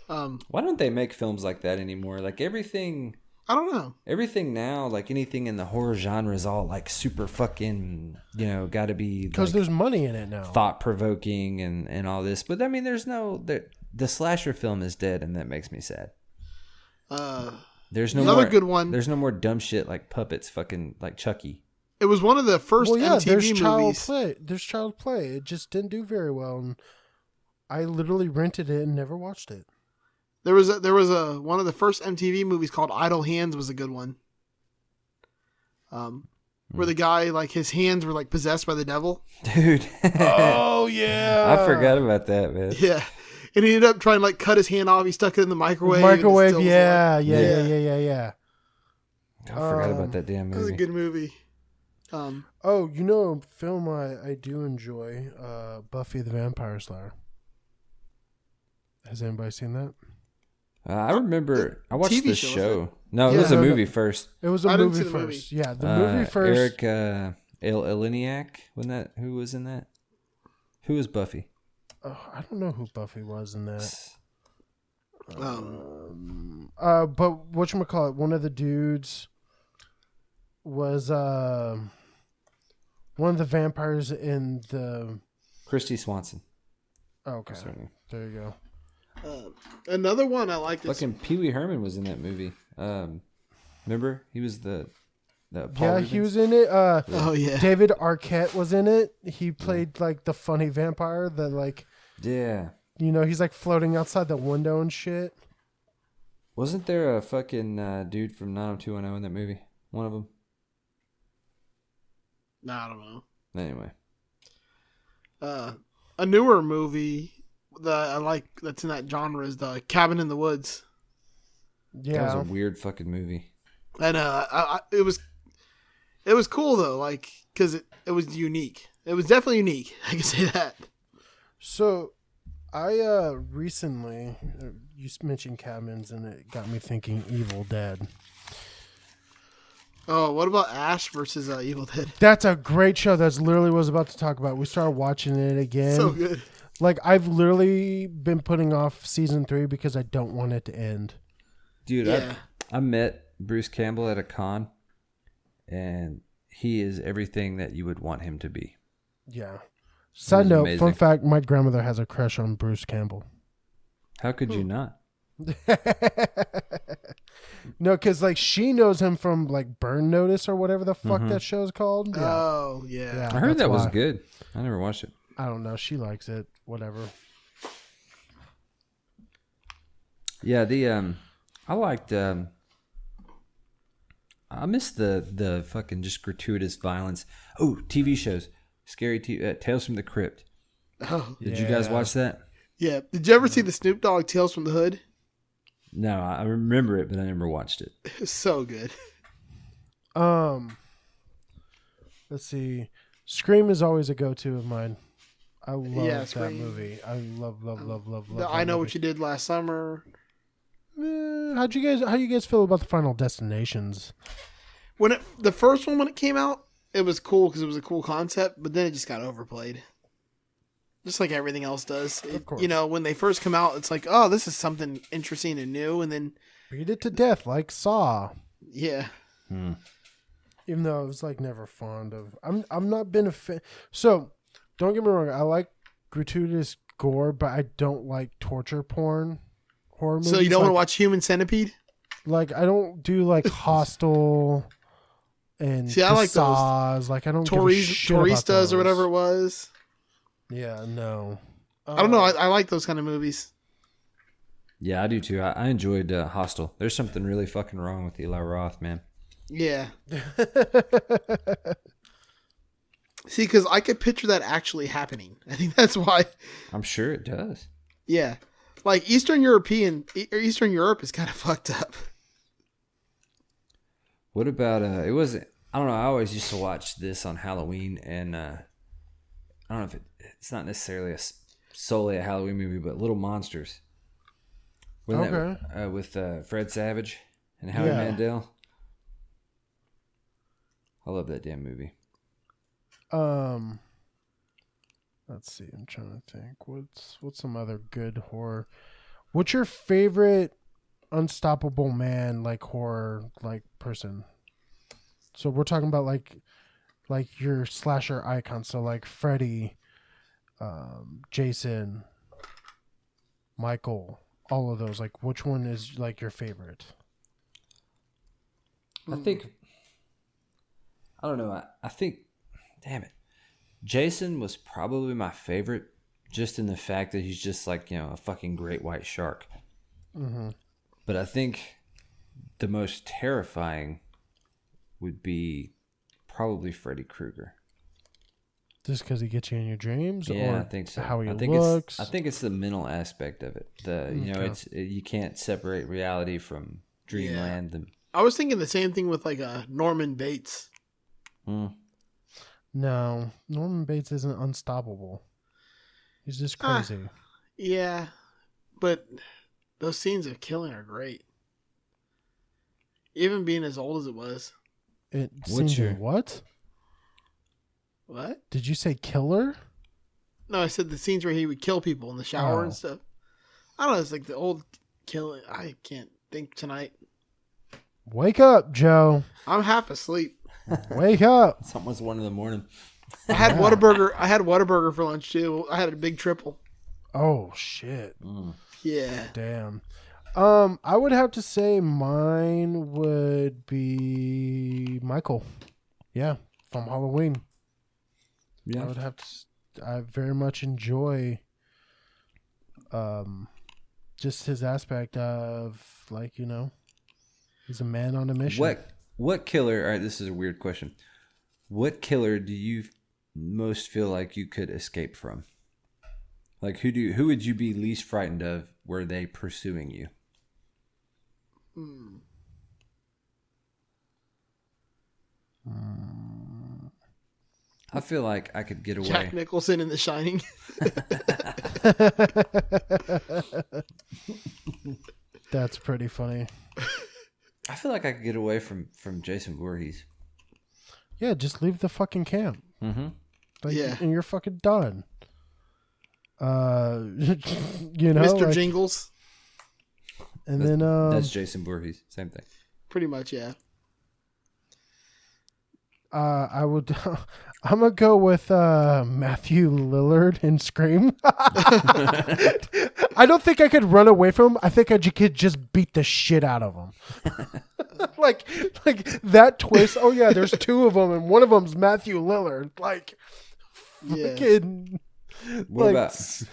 S4: um,
S3: Why don't they make films like that anymore? Like everything.
S4: I don't know.
S3: Everything now, like anything in the horror genre, is all like super fucking, you know, got to be
S2: Because
S3: like,
S2: there's money in it now.
S3: thought provoking and and all this. But I mean, there's no the the slasher film is dead, and that makes me sad.
S4: Uh,
S3: There's no
S4: Another
S3: more,
S4: good one.
S3: There's no more dumb shit like puppets, fucking like Chucky. <laughs>
S4: it was one of the first
S2: Well, yeah, there's
S4: MTV
S2: child
S4: movies.
S2: play. There's child play. It just didn't do very well, and I literally rented it and never watched
S3: <laughs>
S2: it.
S4: There was a, there was a one of the first MTV movies called Idle Hands was a good one. Um, where
S2: Hmm.
S4: the guy like his hands were like possessed by the devil.
S3: Dude,
S2: Oh yeah,
S3: I forgot about that, man.
S4: <laughs> Yeah, and he ended up trying to like cut his hand off. He stuck it in the microwave. and it
S2: Microwave,
S4: still was
S2: yeah,
S4: alive.
S2: yeah, yeah,
S4: Yeah.
S2: yeah, yeah, yeah.
S3: I forgot
S2: Um,
S3: about that damn
S4: that was a
S3: movie.
S4: good movie. Um,
S2: Oh, you know, a film I, I do enjoy, uh, Buffy the Vampire Slayer. Has anybody seen that?
S3: Uh, I remember I watched
S4: TV
S3: the
S4: show,
S3: show.
S4: wasn't
S3: No, it was
S2: Yeah.
S3: a movie first.
S2: It was a
S4: I didn't
S2: movie
S4: see the movie.
S2: first. Yeah, the
S3: Uh,
S2: movie first.
S3: Eric uh, El- Eleniak. When that who was in that? Who was Buffy?
S2: Oh, I don't know who Buffy was in that.
S4: um,
S2: Uh, but what you call it? One of the dudes was uh, one of the vampires in the. oh,
S3: Christy Swanson.
S2: Okay,
S3: Sorry.
S2: there you go.
S4: uh, another one I liked. Is,
S3: Fucking Pee Wee Herman was in that movie. Um, remember he was the the Paul
S2: yeah, he was in it. Uh,
S4: oh yeah,
S2: David Arquette was in it. He played like the funny vampire that like
S3: Yeah.
S2: you know he's like floating outside the window and shit.
S3: Wasn't there a fucking uh, dude from 90210 in that movie? One of them.
S4: Nah, I don't know.
S3: Anyway,
S4: Uh, a newer movie that I like that's in that genre is the Cabin in the Woods.
S2: Yeah,
S3: that was a weird fucking movie.
S4: and uh, I, I, it was it was cool though, like because it it was unique. It was definitely unique. <laughs> I can say that.
S2: So, I uh recently uh, you s- mentioned cabins and it got me thinking Evil Dead.
S4: Oh, what about Ash versus uh, Evil Dead? <laughs>
S2: That's a great show. That's literally what I was about to talk about. We started watching it again.
S4: so good.
S2: Like I've literally been putting off season three because I don't want it to end.
S3: Dude,
S4: Yeah.
S3: I, I met Bruce Campbell at a con, and he is everything that you would want him to be.
S2: Yeah. Side
S3: was
S2: note,
S3: amazing.
S2: fun fact: my grandmother has a crush on Bruce Campbell.
S3: How could
S2: Hmm.
S3: you not?
S2: No, because like she knows him from like Burn Notice or whatever the fuck that show's called. Yeah.
S4: Oh yeah.
S2: Yeah,
S3: Mm-hmm. I heard
S2: that's
S3: that was
S2: why.
S3: good. I never watched it.
S2: I don't know. She likes it. Whatever.
S3: Yeah, the um, I liked um, I miss the the fucking just gratuitous violence. Oh, TV shows, scary t- uh, Tales from the Crypt.
S4: <laughs> Oh,
S3: Did you guys
S2: Yeah.
S3: watch that?
S4: yeah. Did you ever see the Snoop Dogg Tales from the Hood? <laughs>
S3: No, I I remember it, but I never watched it.
S4: It's so good.
S2: Um, let's see. Scream is always a go-to of mine. I love
S4: Yeah,
S2: that
S4: Scream. Um,
S2: movie. I love, love, love, love, love.
S4: The I know what you did last summer.
S2: you. Eh, How'd you guys? How you guys feel about the Final Destinations?
S4: When it the first one when it came out, it was cool because it was a cool concept, but then it just got overplayed. Just like everything else does. It-
S2: course.
S4: You know, when they first come out, it's like, oh, this is something interesting and new, and then
S2: Beat it to death, like Saw.
S4: yeah,
S2: Even though I was like never fond of. I'm. I'm not been a fan. So, don't get me wrong. I like gratuitous gore, but I don't like torture porn. Horror movies.
S4: So you don't
S2: like,
S4: want to watch Human Centipede?
S2: Like I don't do like
S4: <laughs>
S2: Hostel and
S4: See, I like those.
S2: Saws. Like I don't give a
S4: Tories,
S2: shit about
S4: Toristas
S2: those.
S4: or whatever it was.
S2: Yeah, no.
S4: I don't know.
S2: Uh,
S4: I, I like those kind of movies.
S3: Yeah, I do too. I, I enjoyed uh, Hostel. There's something really fucking wrong with Eli Roth, man.
S4: Yeah.
S2: Uh, <laughs>
S4: <laughs> See, because I could picture that actually happening. <laughs> I think that's why.
S3: I'm sure it does.
S4: Yeah. Like Eastern European, E- or Eastern Europe is kind of <laughs> fucked up.
S3: What about uh? It was I don't know. I always used to watch this on Halloween, and uh, I don't know if it, it's not necessarily a s- solely a Halloween movie, but Little Monsters. Wasn't That, uh, with uh, Fred Savage and Howie
S2: Yeah.
S3: Mandel. I love that damn movie.
S2: Um, let's see. I'm trying to think. What's what's some other good horror? What's your favorite unstoppable man like horror like person? So we're talking about like like your slasher icon. So like Freddy, um, Jason, Michael, all of those. Like which one is like your favorite?
S3: I
S2: Hmm.
S3: think I don't know. I, I think damn it. Jason was probably my favorite just in the fact that he's just like, you know, a fucking great white shark.
S2: Mhm.
S3: But I think the most terrifying would be probably Freddy Krueger.
S2: Just because he gets you in your dreams,
S3: Yeah,
S2: or
S3: I think so.
S2: how he
S3: I think
S2: looks.
S3: it's I think it's the mental aspect of it. The you know,
S2: Okay.
S3: it's you can't separate reality from dreamland and
S4: I was thinking the same thing with like uh, Norman Bates.
S3: Mm.
S2: No, Norman Bates isn't unstoppable. He's just
S4: Ah.
S2: crazy.
S4: Yeah, but those scenes of killing are great. Even being as old as it was.
S2: it
S3: What's
S2: seems
S3: your-
S2: what?
S4: What?
S2: Did you say killer?
S4: No, I said the scenes where he would kill people in the shower
S2: Oh.
S4: and stuff. I don't know. It's like the old killing. I can't think tonight.
S2: Wake up, Joe.
S4: I'm half asleep.
S2: Wake up.
S3: it's almost one in the morning.
S4: I had Whataburger. I had Whataburger for lunch too. I had a big triple.
S2: Oh shit.
S3: Hmm.
S4: Yeah.
S2: Damn. Um, I would have to say mine would be Michael. Yeah, from Halloween. I
S3: Yeah.
S2: would have to. s- I very much enjoy, um, just his aspect of like you know, he's a man on a mission.
S3: What what killer? All right, this is a weird question. What killer do you most feel like you could escape from? Like who do you, who would you be least frightened of? Were they pursuing you? I feel like I could get away.
S4: Jack Nicholson in The Shining. <laughs>
S2: That's pretty funny.
S3: I feel like I could get away from from Jason Voorhees.
S2: Yeah, just leave the fucking camp.
S3: Mm-hmm.
S2: Like,
S4: Yeah.
S2: And you're fucking done. Uh, <laughs> you know,
S4: Mr.
S2: like-
S4: Jingles.
S2: and then um,
S3: That's Jason Voorhees. Same thing.
S4: Pretty much, yeah.
S2: uh, I would, <laughs> I'm gonna go with uh Matthew Lillard and Scream. <laughs> I don't think I could run away from him. I think I ju- could just beat the shit out of
S3: <laughs>
S2: him. like, like that twist. Oh yeah, there's two of them, and one of them's Matthew Lillard. Like,
S4: Yeah.
S2: fucking.
S3: What
S2: <laughs> like,
S3: about
S2: s-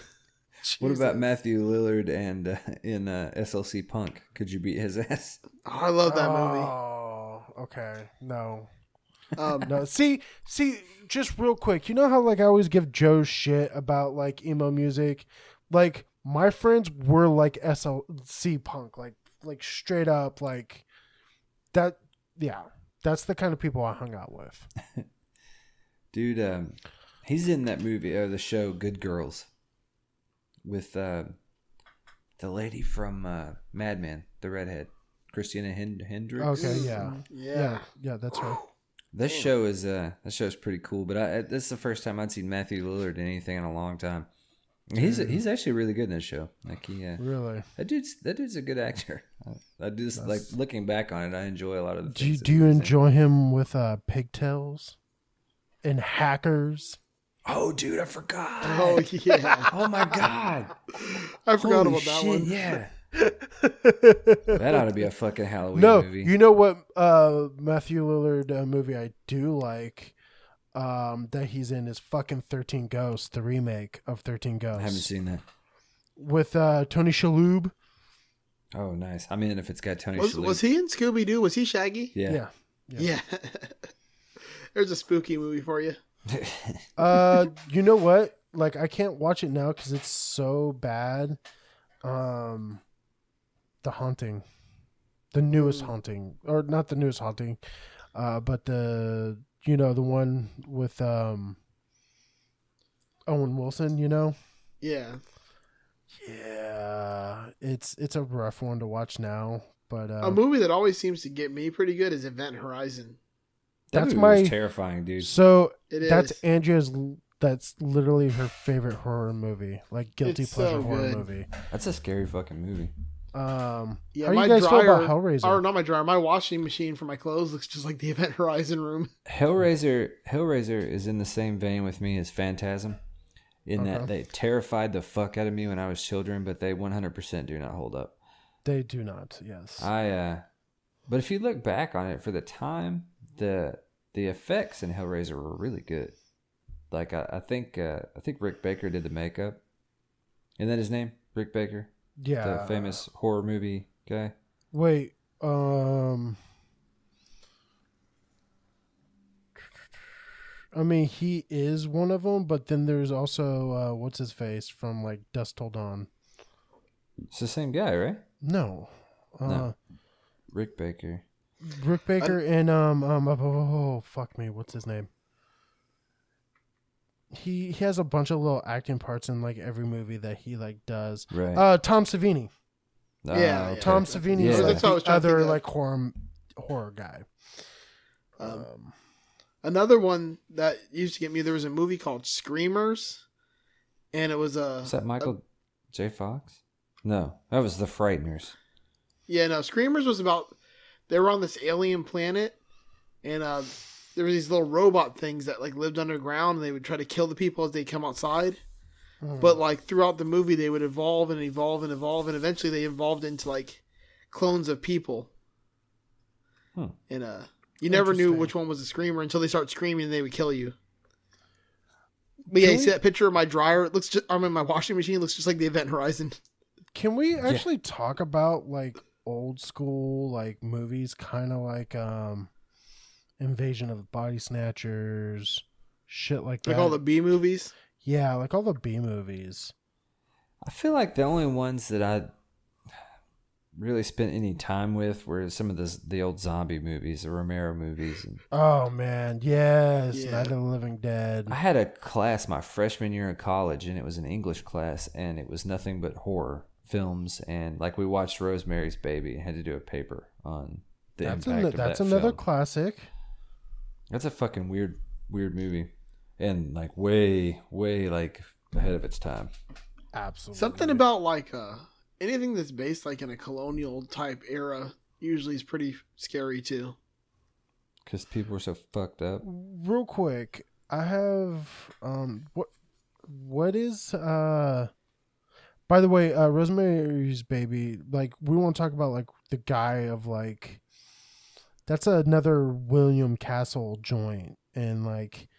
S3: What about Matthew Lillard and uh, in uh, SLC Punk? Could you beat his <laughs> ass?
S4: Oh, I love that movie.
S2: Oh, okay. No.
S4: Um,
S2: No. See, see, just real quick, you know how like I always give Joe shit about like emo music? Like my friends were like SLC punk, like like straight up like that yeah. That's the kind of people I hung out with.
S3: Dude, um, he's in that movie or the show Good Girls with uh, the lady from uh, Mad Men, the redhead, Christina Hen- Hendricks.
S2: Okay, yeah.
S4: yeah.
S2: Yeah, yeah, that's right.
S3: This show is uh, that show is pretty cool. But I, I- this is the first time I'd seen Matthew Lillard in anything in a long time. And He's
S2: Mm.
S3: he's actually really good in this show. Like he, uh,
S2: Really.
S3: that dude's that dude's a good actor. I, I just like looking back on it. I enjoy a lot of the.
S2: Do you,
S3: things that
S2: do you
S3: he's in.
S2: enjoy him with uh pigtails and hackers?
S3: Oh, dude, I forgot.
S4: Oh <laughs> yeah,
S3: oh my god.
S4: <laughs> I forgot
S3: Holy
S4: about that
S3: shit,
S4: one. <laughs>
S3: Yeah. that ought to be a fucking Halloween
S2: no,
S3: movie.
S2: you know what uh, Matthew Lillard uh, movie I do like um, that he's in is fucking Thirteen Ghosts, the remake of Thirteen
S3: I haven't
S2: Ghosts
S3: seen that.
S2: with uh, Tony Shalhoub.
S3: Oh, nice. I'm in if it's got Tony
S4: Was,
S3: Shalhoub.
S4: was he in Scooby Doo? Was he Shaggy?
S3: Yeah. <laughs>
S2: Yeah.
S4: Yeah. <laughs> There's a spooky movie for you.
S2: Uh, <laughs> you know what? Like I can't watch it now because it's so bad. Um, the haunting, the newest
S3: Mm.
S2: haunting, or not the newest haunting, uh, but the you know the one with um Owen Wilson. You know.
S4: Yeah.
S2: Yeah, it's it's a rough one to watch now, but uh,
S4: A movie that always seems to get me pretty good is Event Horizon.
S3: That
S2: That's
S3: movie was
S2: my-
S3: terrifying, dude.
S2: so
S4: It is.
S2: that's Andrea's. l- That's literally her favorite horror movie, like guilty
S4: It's
S2: pleasure
S4: so
S2: horror
S4: good.
S2: movie.
S3: That's a scary fucking movie.
S2: Um,
S4: yeah,
S2: how do
S4: my
S2: you guys
S4: dryer,
S2: feel about Hellraiser?
S4: Or not my dryer. My washing machine for my clothes looks just like the <laughs> Event Horizon room.
S3: Hellraiser Hellraiser is in the same vein with me as Phantasm in that
S2: Okay.
S3: they terrified the fuck out of me when I was children, but they 100% do not hold up.
S2: They do not. Yes.
S3: I uh but if you look back on it for the time, the the effects in Hellraiser were really good. Like I, I think uh I think Rick Baker did the makeup. Isn't that his name? Rick Baker?
S2: yeah.
S3: the famous horror movie guy.
S2: Wait. Um. I mean, he is one of them, but then there's also uh, what's his face from like Dust Till Dawn.
S3: It's the same guy, right?
S2: No. Uh,
S3: No. Rick Baker.
S2: Rick Baker and um um oh, oh, oh, fuck me, what's his name? He he has a bunch of little acting parts in like every movie that he like does.
S3: Right.
S2: Uh, Tom Savini.
S3: Ah,
S4: yeah,
S3: okay.
S2: Tom Savini is
S3: Yeah.
S2: like
S3: That's
S4: what I was
S2: the
S4: trying to
S2: other
S4: think of.
S2: like horror horror guy.
S4: Um,
S2: Um,
S4: another one that used to get me. There was a movie called Screamers, and it was a
S3: Is that Michael J. Fox? No, that was The Frighteners.
S4: Yeah, no, Screamers was about they were on this alien planet, and uh, there were these little robot things that like lived underground, and they would try to kill the people as they come outside.
S2: Hmm.
S4: But like throughout the movie, they would evolve and evolve and evolve, and eventually they evolved into like clones of people.
S3: Hmm.
S4: And uh, you never knew
S2: Interesting.
S4: which one was a screamer until they start screaming and they would kill you. But yeah, you
S2: Can
S4: see that picture of my dryer? It looks just, I mean, my washing machine looks just like the Event Horizon. <laughs>
S2: Can we actually talk about like old school like movies, kind of like um, Invasion of the Body Snatchers, shit like that?
S4: Like all the B movies.
S2: yeah, like all the B movies.
S3: I feel like the only ones that I really spent any time with were some of the the old zombie movies, the Romero movies. And
S2: Oh man, yes,
S4: Yeah.
S2: Night of the Living Dead.
S3: I had a class my freshman year in college, and it was an English class, and it was nothing but horror films. And like we watched Rosemary's Baby, and had to do a paper on the
S2: that's
S3: impact
S2: an,
S3: of
S2: that's
S3: that
S2: another
S3: film.
S2: classic.
S3: That's a fucking weird, weird movie, and like way, way like ahead of its time.
S2: Absolutely.
S4: Something about like uh anything that's based like in a colonial type era usually is pretty scary too.
S3: Because people were so fucked up.
S2: Real quick, I have um what what is uh by the way, uh Rosemary's baby, like we want to talk about like the guy of like that's another William Castle joint and like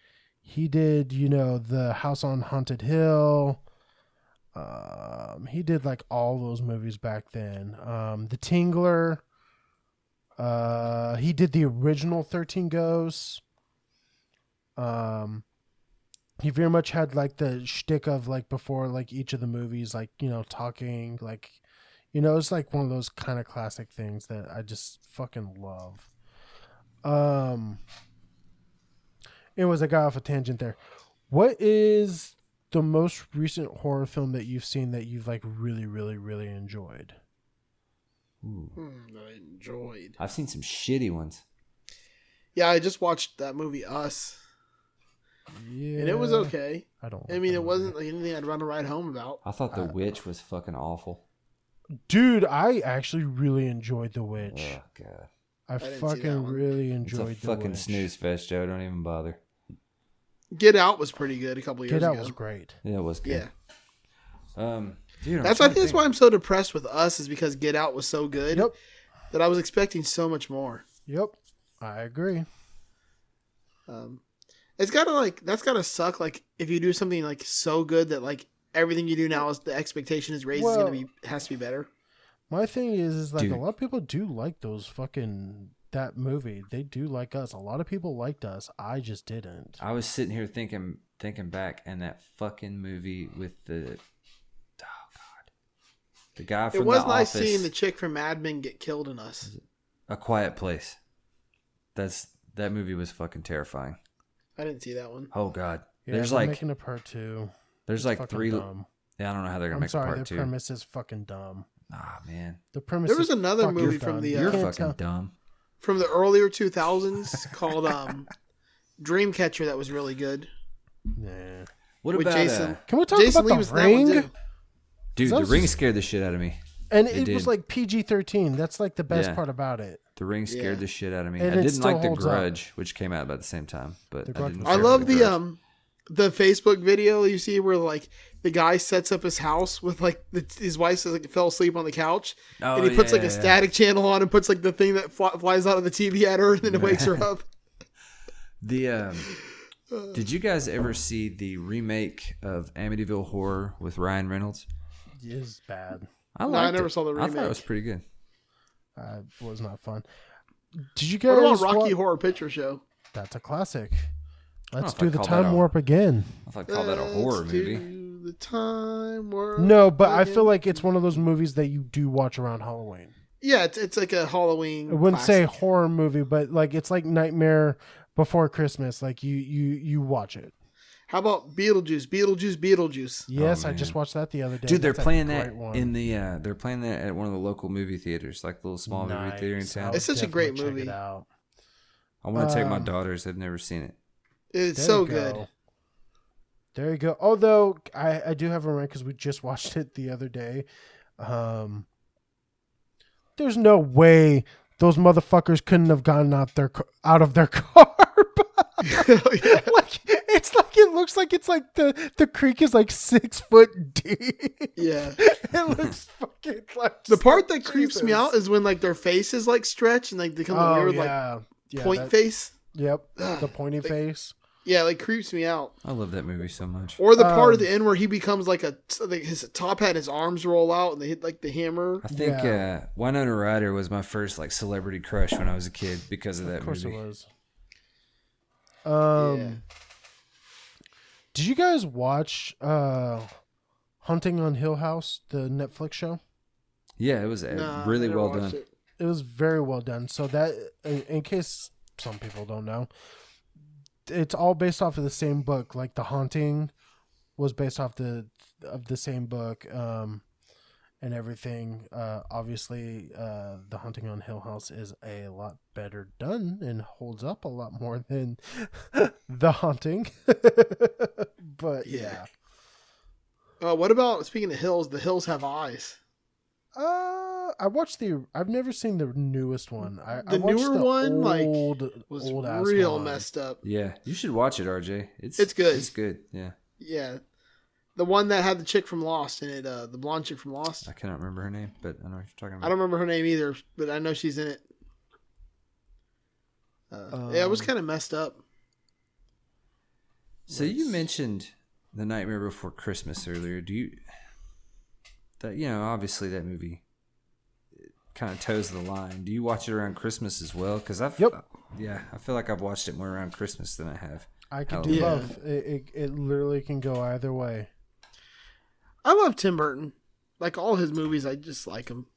S2: he did, you know, the House on Haunted Hill. Um, he did like all those movies back then. Um, The Tingler. Uh, he did the original Thirteen Ghosts. Um, he very much had like the shtick of like before like each of the movies, like you know talking like, you know it's like one of those kind of classic things that I just fucking love. Um, it was I got off a tangent there. What is the most recent horror film that you've seen that you've like really, really, really enjoyed?
S4: Hmm, that I enjoyed.
S3: I've seen some shitty ones.
S4: Yeah, I just watched that movie Us,
S2: Yeah,
S4: and it was okay.
S2: I don't.
S4: I
S2: like
S4: mean,
S2: that
S4: it
S2: movie.
S4: wasn't like anything I'd run a ride home about.
S3: I thought The Witch was fucking awful.
S2: Dude, I actually really enjoyed The Witch.
S3: Oh god,
S2: I,
S4: didn't see that
S2: fucking
S4: one.
S2: really
S3: it's
S2: enjoyed
S3: a
S2: The
S3: fucking
S2: Witch.
S3: snooze fest, Joe. Don't even bother.
S4: Get Out was pretty good a couple years
S2: Get Out
S4: ago.
S2: was great.
S3: Yeah, it was good.
S4: yeah,
S3: Um, dude, I'm
S4: that's I
S3: trying to
S4: think that's why I'm so depressed with Us is because Get Out was so good
S2: Yep,
S4: that I was expecting so much more.
S2: yep, I agree.
S4: Um, it's gotta like that's gotta suck. Like if you do something like so good that like everything you do now is the expectation is raised is
S2: Well-
S4: gonna be has to be better.
S2: My thing is, is like
S3: Dude.
S2: a lot of people do like those fucking that movie. They do like us. A lot of people liked us. I just didn't.
S3: I was sitting here thinking, thinking back, and that fucking movie with the, oh god, the guy from
S4: it was
S3: the
S4: nice
S3: office,
S4: seeing the chick from Mad Men get killed in Us.
S3: A Quiet Place. That's that movie was fucking terrifying.
S4: I didn't see that one.
S3: Oh god,
S2: Yeah,
S3: there's
S2: they're
S3: like
S2: making a part two.
S3: there's
S2: It's
S3: like
S2: fucking
S3: three.
S2: Dumb.
S3: Yeah, I don't know how they're gonna
S2: I'm
S3: make a
S2: sorry,
S3: part
S2: the
S3: two.
S2: premise is fucking dumb.
S3: Ah man,
S2: The premise.
S4: There was
S2: is
S4: another
S2: fucking
S4: movie from
S2: dumb.
S4: the, uh,
S3: you're
S2: can't
S3: fucking
S2: tell-
S3: dumb.
S4: From the earlier 2000s called um, Dreamcatcher that was really good.
S2: Nah.
S3: What
S4: With
S3: about
S4: Jason-
S3: uh,
S2: <laughs> Can we talk about the
S4: in that one,
S2: ring?
S4: too.
S3: dude? The
S2: Sounds
S3: ring
S2: just-
S3: scared the shit out of me.
S2: And
S3: It
S2: it, was
S3: did.
S2: like PG thirteen. That's like the best
S3: Yeah.
S2: part about it.
S3: The ring scared
S4: Yeah.
S3: the shit out of me.
S2: And
S3: I
S2: it
S3: didn't
S2: still
S3: like The
S2: holds up.
S3: Grudge, which came out about the same time, but
S2: The
S3: I
S2: Grudge
S3: didn't.
S2: was
S3: care
S4: I
S3: for
S4: love the
S3: Grudge.
S4: um the Facebook video you see where like the guy sets up his house with like the, his wife says like fell asleep on the couch
S3: Oh,
S4: and he puts
S3: yeah,
S4: like a
S3: yeah.
S4: static channel on and puts like the thing that fly, flies out of the TV at her and then it wakes
S3: <laughs>
S4: her up.
S3: The um, did you guys ever see the remake of Amityville Horror with Ryan Reynolds?
S2: It is bad.
S3: I
S4: No, I
S3: liked
S4: never
S3: it.
S4: saw the
S3: I thought it
S4: remake.
S3: was pretty good.
S2: Uh, it was not fun. Did you
S4: What
S2: guys?
S4: about Rocky
S2: wa-
S4: Horror Picture Show?
S2: That's a classic. Let's
S3: if I
S2: do the
S3: call that
S2: time
S3: a-
S2: warp again.
S3: I thought I'd call that a
S4: Let's
S3: horror
S4: do
S3: movie.
S4: The time warp
S2: No, but I feel
S4: again.
S2: like it's one of those movies that you do watch around Halloween.
S4: yeah, it's, it's like a Halloween.
S2: I wouldn't say
S4: classic.
S2: horror movie, but like it's like Nightmare Before Christmas. Like you, you, you watch it.
S4: How about Beetlejuice? Beetlejuice, Beetlejuice.
S2: Yes, I
S3: Oh, man.
S2: just watched that the other day.
S3: Dude, they're
S2: That's a
S3: playing that
S2: great one.
S3: in the uh, they're playing that at one of the local movie theaters, like the little small movie theater in
S2: Nice.
S3: town.
S2: I'll
S4: It's such a great
S2: definitely check
S4: movie.
S2: it out.
S3: I want to take my
S2: um,
S3: daughters; they've never seen it.
S4: It's
S2: There
S4: so
S2: you go.
S4: good.
S2: There you go. Although I, I do have a rank because we just <laughs> watched it the other day. Um, there's no way those motherfuckers couldn't have gotten out their ca- out of their <laughs> car.
S4: Yeah.
S2: like it's like it looks like it's like the the creek is like six foot deep.
S4: <laughs> Yeah.
S2: <laughs> it
S4: <laughs>
S2: looks fucking like
S4: The part that creeps me
S2: Jesus.
S4: out is when like their faces like stretch and like they become a
S2: Oh
S4: weird
S2: yeah, yeah
S4: like point
S2: that-
S4: face.
S2: Yep, the
S4: Ugh.
S2: pointy face.
S4: Yeah, like creeps me out.
S3: I love that movie so much.
S4: Or the part
S2: Um,
S4: at the end where he becomes like a like, his top hat, his arms roll out and they hit like the hammer.
S3: I think
S2: yeah.
S3: uh, Winona Ryder was my first like celebrity crush when I was a kid because of that
S2: Of course
S3: movie.
S2: it was. Um,
S4: Yeah.
S2: did you guys watch uh, Hunting on Hill House, the Netflix show?
S3: Yeah, it was uh,
S4: Nah, I
S3: really
S4: never
S3: well
S4: watched
S3: done.
S4: it.
S2: It was very well done. So that, in, in case some people don't know, it's all based off of the same book. Like The Haunting was based off the of the same book, um, and everything. Uh, obviously, uh, The Haunting on Hill House is a lot better done and holds up a lot more than <laughs> The Haunting. <laughs> but yeah.
S4: Uh, what about speaking of hills? The hills have eyes.
S2: Uh, I watched the. I've never seen the newest one. I, I
S4: The
S2: watched
S4: newer one, like,
S2: old,
S4: Was
S2: old ass
S4: real
S2: one.
S4: messed up.
S3: Yeah, you should watch it, RJ. It's
S4: It's good.
S3: It's good. Yeah,
S4: Yeah, the one that had the chick from Lost in it, uh, the blonde chick from Lost.
S3: I cannot remember her name, but I know what you're talking about.
S4: I don't remember her name either, but I know she's in it. Uh, yeah, it was
S2: Um,
S4: kind of messed up.
S3: So you mentioned the Nightmare Before Christmas earlier. Do you that you know, obviously that movie kind of toes the line. Do you watch it around Christmas as well? Because I've uh,
S2: Yep.
S3: yeah, I feel like I've watched it more around Christmas than I have.
S2: I could
S3: Oh.
S2: do
S4: Yeah.
S2: both. It, it, it literally can go either way.
S4: I love Tim Burton. Like all his movies, I just like him.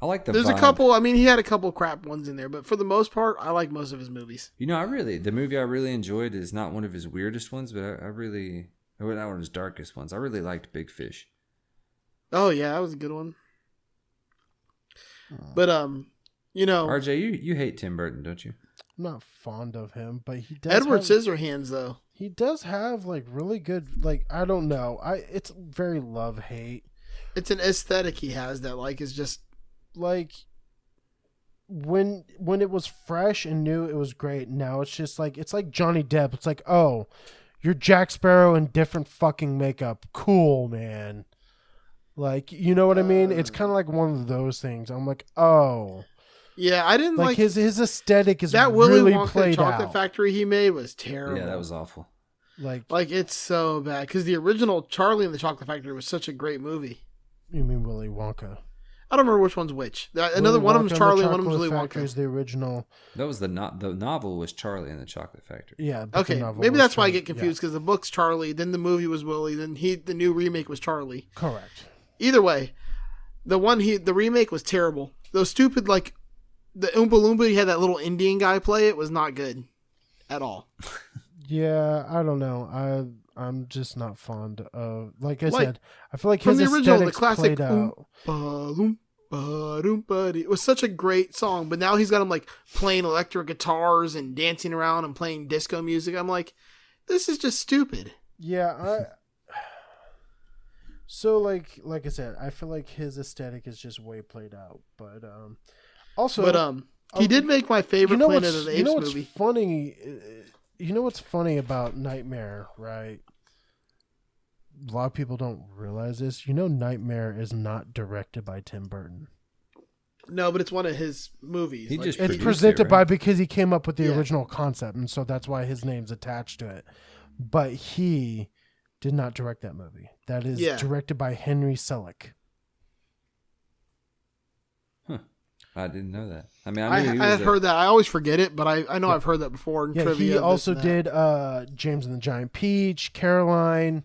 S3: I like the.
S4: There's a
S3: vibe.
S4: couple. I mean, he had a couple crap ones in there, but for the most part, I like most of his movies.
S3: You know, I really the movie I really enjoyed is not one of his weirdest ones, but I, I really well, not one of his darkest ones. I really liked Big Fish.
S4: Oh yeah, that was a good one.
S2: Hmm.
S4: But um, you know,
S3: RJ, you you hate Tim Burton, don't you?
S2: I'm not fond of him, but he does.
S4: Edward
S2: have-
S4: Scissorhands though.
S2: he does have like really good. Like I don't know. I it's very love hate.
S4: It's an aesthetic he has that like is just
S2: Like when when it was fresh and new, it was great. Now it's just like it's like Johnny Depp. It's like oh, you're Jack Sparrow in different fucking makeup. Cool man. Like you know what I mean? It's kind of like one of those things. I'm like oh,
S4: yeah. I didn't
S2: like,
S4: like,
S2: his his aesthetic is
S4: that
S2: really
S4: Willy Wonka and the
S2: played
S4: Chocolate
S2: out.
S4: Factory he made was terrible.
S3: Yeah, that was awful.
S2: like
S4: like it's so bad because the original Charlie and the Chocolate Factory was such a great movie.
S2: you mean Willy Wonka?
S4: I don't remember which one's which. That- Another
S2: Willy
S4: one
S2: Wonka
S4: of them's
S2: and the
S4: Charlie, one of them's
S2: Chocolate
S4: Willy
S2: Factory
S4: Wonka.
S2: Is the original?
S3: That was the no- the novel was Charlie and the Chocolate Factory.
S2: Yeah. but the
S4: Okay,
S2: novel
S4: maybe
S2: was
S4: that's why I
S2: Charlie-
S4: get confused because the book's Charlie, then the movie was Willy, then he the new remake was Charlie.
S2: yeah. Correct.
S4: Either way, the one he the remake was terrible. Those stupid like the Oompa Loompa he had that little Indian guy play it was not good at all.
S2: Yeah, I don't know. I I'm just not fond of. Like I
S4: Like,
S2: said, I feel like
S4: from
S2: his
S4: the original, the
S2: aesthetics
S4: classic,
S2: played
S4: um,
S2: out.
S4: Ba-doom, ba-doom, ba-dee. It was such a great song, but now he's got him like playing electric guitars and dancing around and playing disco music. I'm like, this is just stupid.
S2: Yeah. I, so like like I said, I feel like his aesthetic is just way played out. But um, also
S4: but um, he
S2: um,
S4: did make my favorite
S2: you know
S4: Planet
S2: what's
S4: of the Apes
S2: you know what's
S4: movie.
S2: funny? uh, You know what's funny about Nightmare, right? A lot of people don't realize this. You know, Nightmare is not directed by Tim Burton.
S4: No, but it's one of his movies.
S3: He
S4: Like,
S3: just
S2: it's
S3: produced it,
S2: presented by
S3: right?
S2: because he came up with the
S4: Yeah.
S2: original concept and so that's why his name's attached to it but he did not direct that movie that is
S4: Yeah.
S2: directed by henry selick
S3: I didn't know that. I mean, I
S4: I,
S3: knew he
S4: I
S3: was
S4: had
S3: a-
S4: heard that. I always forget it, but I, I know
S2: Yeah.
S4: I've heard that before. In
S2: yeah
S4: trivia,
S2: he
S4: this
S2: also
S4: and that.
S2: did uh james and the giant peach caroline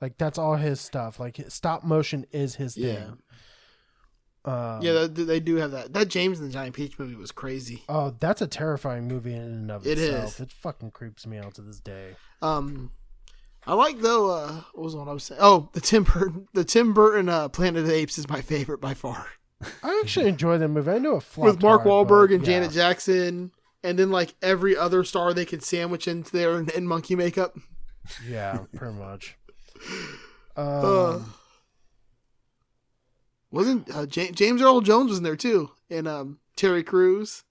S2: like that's all his stuff like his- stop motion is his
S4: Yeah.
S2: thing um,
S4: yeah, they, they do have that. That James and the Giant Peach movie was crazy.
S2: Oh, that's a terrifying movie in and of
S4: It
S2: itself.
S4: is.
S2: It fucking creeps me out to this day.
S4: Um, I like though. Uh, what was the one I was saying? Oh, the Tim Burton, the Tim Burton uh, Planet of the Apes is my favorite by far.
S2: I
S4: <laughs>
S2: actually enjoy that movie. I know it flopped
S4: With Mark
S2: hard, but
S4: Wahlberg and
S2: yeah.
S4: Janet Jackson, and then like every other star they could sandwich into there in, in monkey makeup.
S2: Yeah, pretty <laughs> much. Um,
S4: Uh, wasn't uh, Ja- James Earl Jones was in there too, and um, Terry Crews.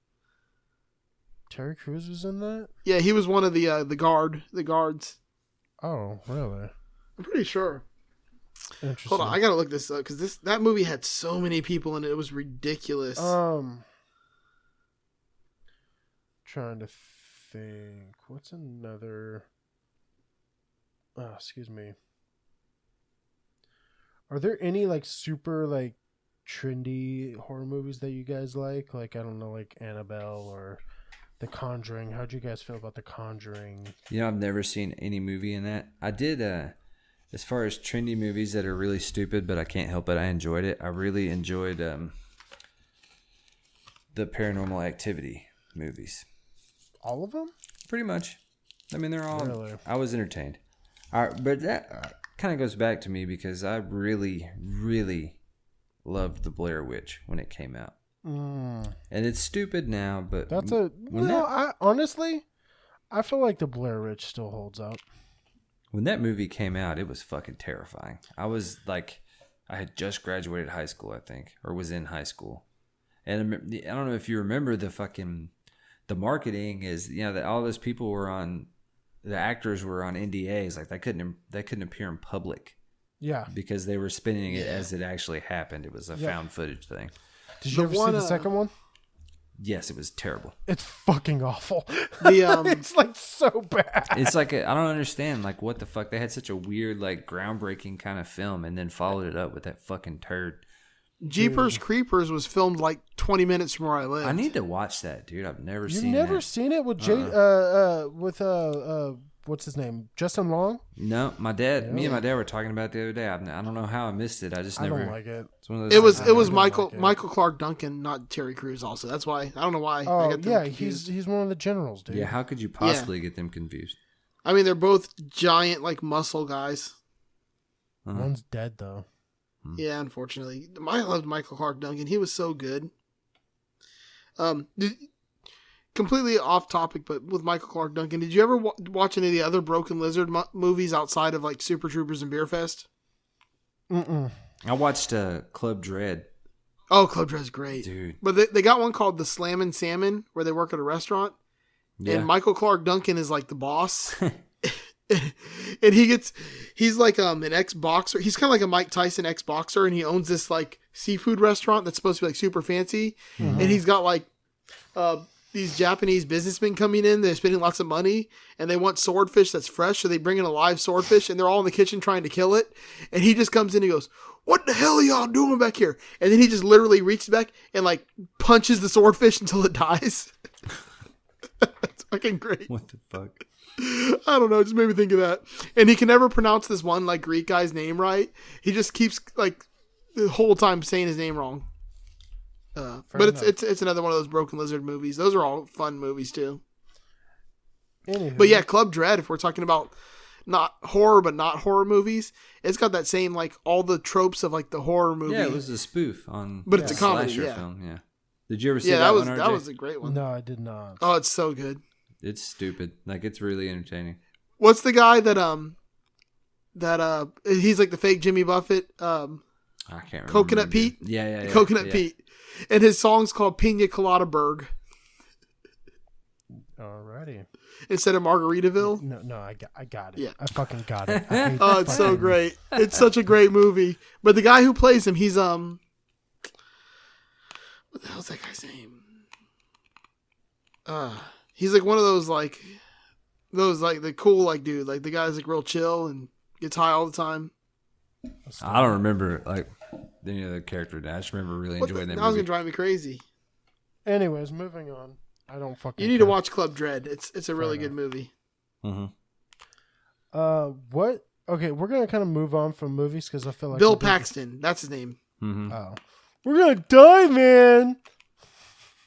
S2: Terry Crews was in that.
S4: Yeah, he was one of the uh, the guard, the guards.
S2: Oh, really?
S4: I'm pretty sure.
S2: Interesting.
S4: Hold on, I gotta look this up because this that movie had so many people in it; it was ridiculous.
S2: um, trying to think. What's another? Oh, excuse me. Are there any like super like trendy horror movies that you guys like? Like I don't know, like Annabelle or The Conjuring. How'd you guys feel about The Conjuring?
S3: You know, I've never seen any movie in that. I did, uh, as far as trendy movies that are really stupid, but I can't help it. I enjoyed it. I really enjoyed um, the paranormal activity movies.
S2: All of them?
S3: Pretty much. I mean, they're all.
S2: Really?
S3: I was entertained. All right, but that uh, kind of goes back to me because I really, really loved The Blair Witch when it came out.
S2: Mm.
S3: And it's stupid now, but.
S2: That's
S4: Mm,
S2: a
S3: When
S2: no.
S3: that,
S2: I honestly, I feel like the Blair Witch still holds up.
S3: when that movie came out, it was fucking terrifying. I was like, I had just graduated high school, I think, or was in high school, and I remem- I don't know if you remember the fucking the marketing is you know that all those people were on the actors were on NDAs like they couldn't they couldn't appear in public
S2: Yeah.
S3: because they were spinning it
S4: Yeah.
S3: as it actually happened. It was a
S2: Yeah.
S3: found footage thing.
S2: Did
S4: The
S2: you ever see
S4: one,
S2: the
S4: uh,
S2: second one?
S3: Yes, it was terrible.
S2: It's fucking awful. <laughs>
S4: The, um,
S2: it's like so bad.
S3: It's like I I don't understand like what the fuck they had such a weird like groundbreaking kind of film and then followed it up with that fucking turd.
S4: Jeepers Creepers was filmed like 20 minutes from where I live.
S3: I need to watch that, dude. I've never
S2: You've
S3: seen
S2: never
S3: that.
S2: seen it with Jay,
S4: Uh-huh.
S2: uh, uh, with uh, uh, what's his name, Justin Long.
S3: no, my dad, me and my dad were talking about it the other day. I, I don't know how I missed it. I just never.
S2: I don't like it.
S3: it's one of those
S4: It was
S3: things I
S4: it was
S2: don't
S4: Michael
S2: like it.
S4: Michael Clark Duncan, not Terry Crews. Also, that's why I don't know why. I
S2: Oh
S4: got them
S2: yeah,
S4: confused.
S2: he's he's one of the generals, dude.
S3: Yeah, how could you possibly get them confused?
S4: I mean, they're both giant like muscle guys.
S3: Uh-huh.
S2: One's dead though. Mm-hmm.
S4: Yeah, unfortunately, I loved Michael Clark Duncan. He was so good. Um, did, completely off topic, but with Michael Clark Duncan, did you ever wa watch any of the other Broken Lizard mo- movies outside of like Super Troopers and Beer Fest?
S2: Mm-mm.
S3: I watched uh, Club Dread,
S4: Oh, Club Dread's great,
S3: dude.
S4: But they, they got one called the Slammin' Salmon, where they work at a restaurant,
S3: Yeah,
S4: and Michael Clark Duncan is like the boss. <laughs> and he gets he's like um an ex-boxer he's kind of like a mike tyson ex-boxer and he owns this like seafood restaurant that's supposed to be like super fancy and he's got like uh these japanese businessmen coming in they're spending lots of money and they want swordfish that's fresh so they bring in a live swordfish and they're all in the kitchen trying to kill it and he just comes in and goes what the hell are y'all doing back here and then he just literally reaches back and like punches the swordfish <laughs> until it dies that's fucking
S3: <laughs>
S4: great
S3: what the fuck?
S4: I don't know. It just made me think of that. And he can never pronounce this one like Greek guy's name right. He just keeps like the whole time saying his name wrong. Uh, but it's,
S2: enough.
S4: it's it's another one of those Broken Lizard movies. Those are all fun movies too.
S2: Anywho,
S4: But
S3: Mhm.
S4: yeah, Club Dread. If we're talking about not horror but not horror movies, it's got that same like all the tropes of like the horror movie.
S3: Yeah, it was a spoof on.
S4: But it's
S3: yeah,
S4: a comedy,
S3: slasher
S4: yeah.
S3: film. Yeah. Did you ever see
S4: Yeah,
S3: that,
S4: that, was
S3: one? RJ?
S4: that was a great one.
S2: no, I did not.
S4: Oh, it's so good.
S3: It's stupid. Like it's really entertaining.
S4: What's the guy that um that uh he's like the fake Jimmy Buffett um
S3: I can't remember.
S4: Coconut
S3: dude.
S4: Pete?
S3: Yeah, yeah, yeah.
S4: Coconut
S3: yeah.
S4: Pete. And his song's called Pina Colada Berg
S2: Alrighty.
S4: instead
S2: <laughs>
S4: of Margaritaville.
S2: No, no, I got, I got it.
S4: Yeah.
S2: I fucking got it.
S4: <laughs>
S2: I hate
S4: Oh, it's so
S2: fucking-
S4: great. It's such a great movie. But the guy who plays him, he's um what the hell's that guy's name? Uh he's like one of those like those like the cool like dude. Like the guy's like real chill and gets high all the time.
S3: I don't remember like any other character. I just remember really
S4: What
S3: enjoying
S4: the-
S3: that
S4: that was
S3: movie.
S4: gonna drive me crazy.
S2: Anyways, moving on. I don't fucking.
S4: You need to
S2: care.
S4: watch Club Dread. It's it's a really
S2: enough.
S4: good movie.
S3: Mhm.
S2: Uh, what? Okay, we're gonna kind of move on from movies because I feel like
S4: Bill
S2: we've been-
S4: Paxton, that's his name.
S3: Mhm.
S2: Oh, we're gonna die, man.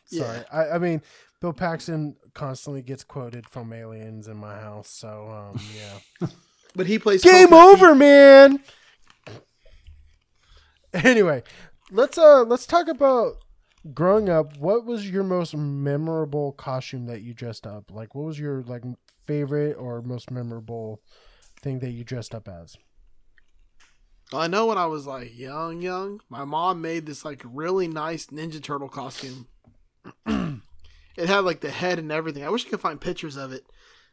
S2: Sorry,
S4: Yeah.
S2: I, I mean, Bill Paxton constantly gets quoted from aliens in my house, so um, yeah.
S4: But he plays
S2: Game
S4: Coconut
S2: over, man. <laughs> Anyway, let's uh let's talk about growing up. What was your most memorable costume that you dressed up? Like, what was your like favorite or most memorable thing that you dressed up as?
S4: I know when I was like young, young, my mom made this like really nice Ninja Turtle costume. it had like the head and everything. I wish I could find pictures of it,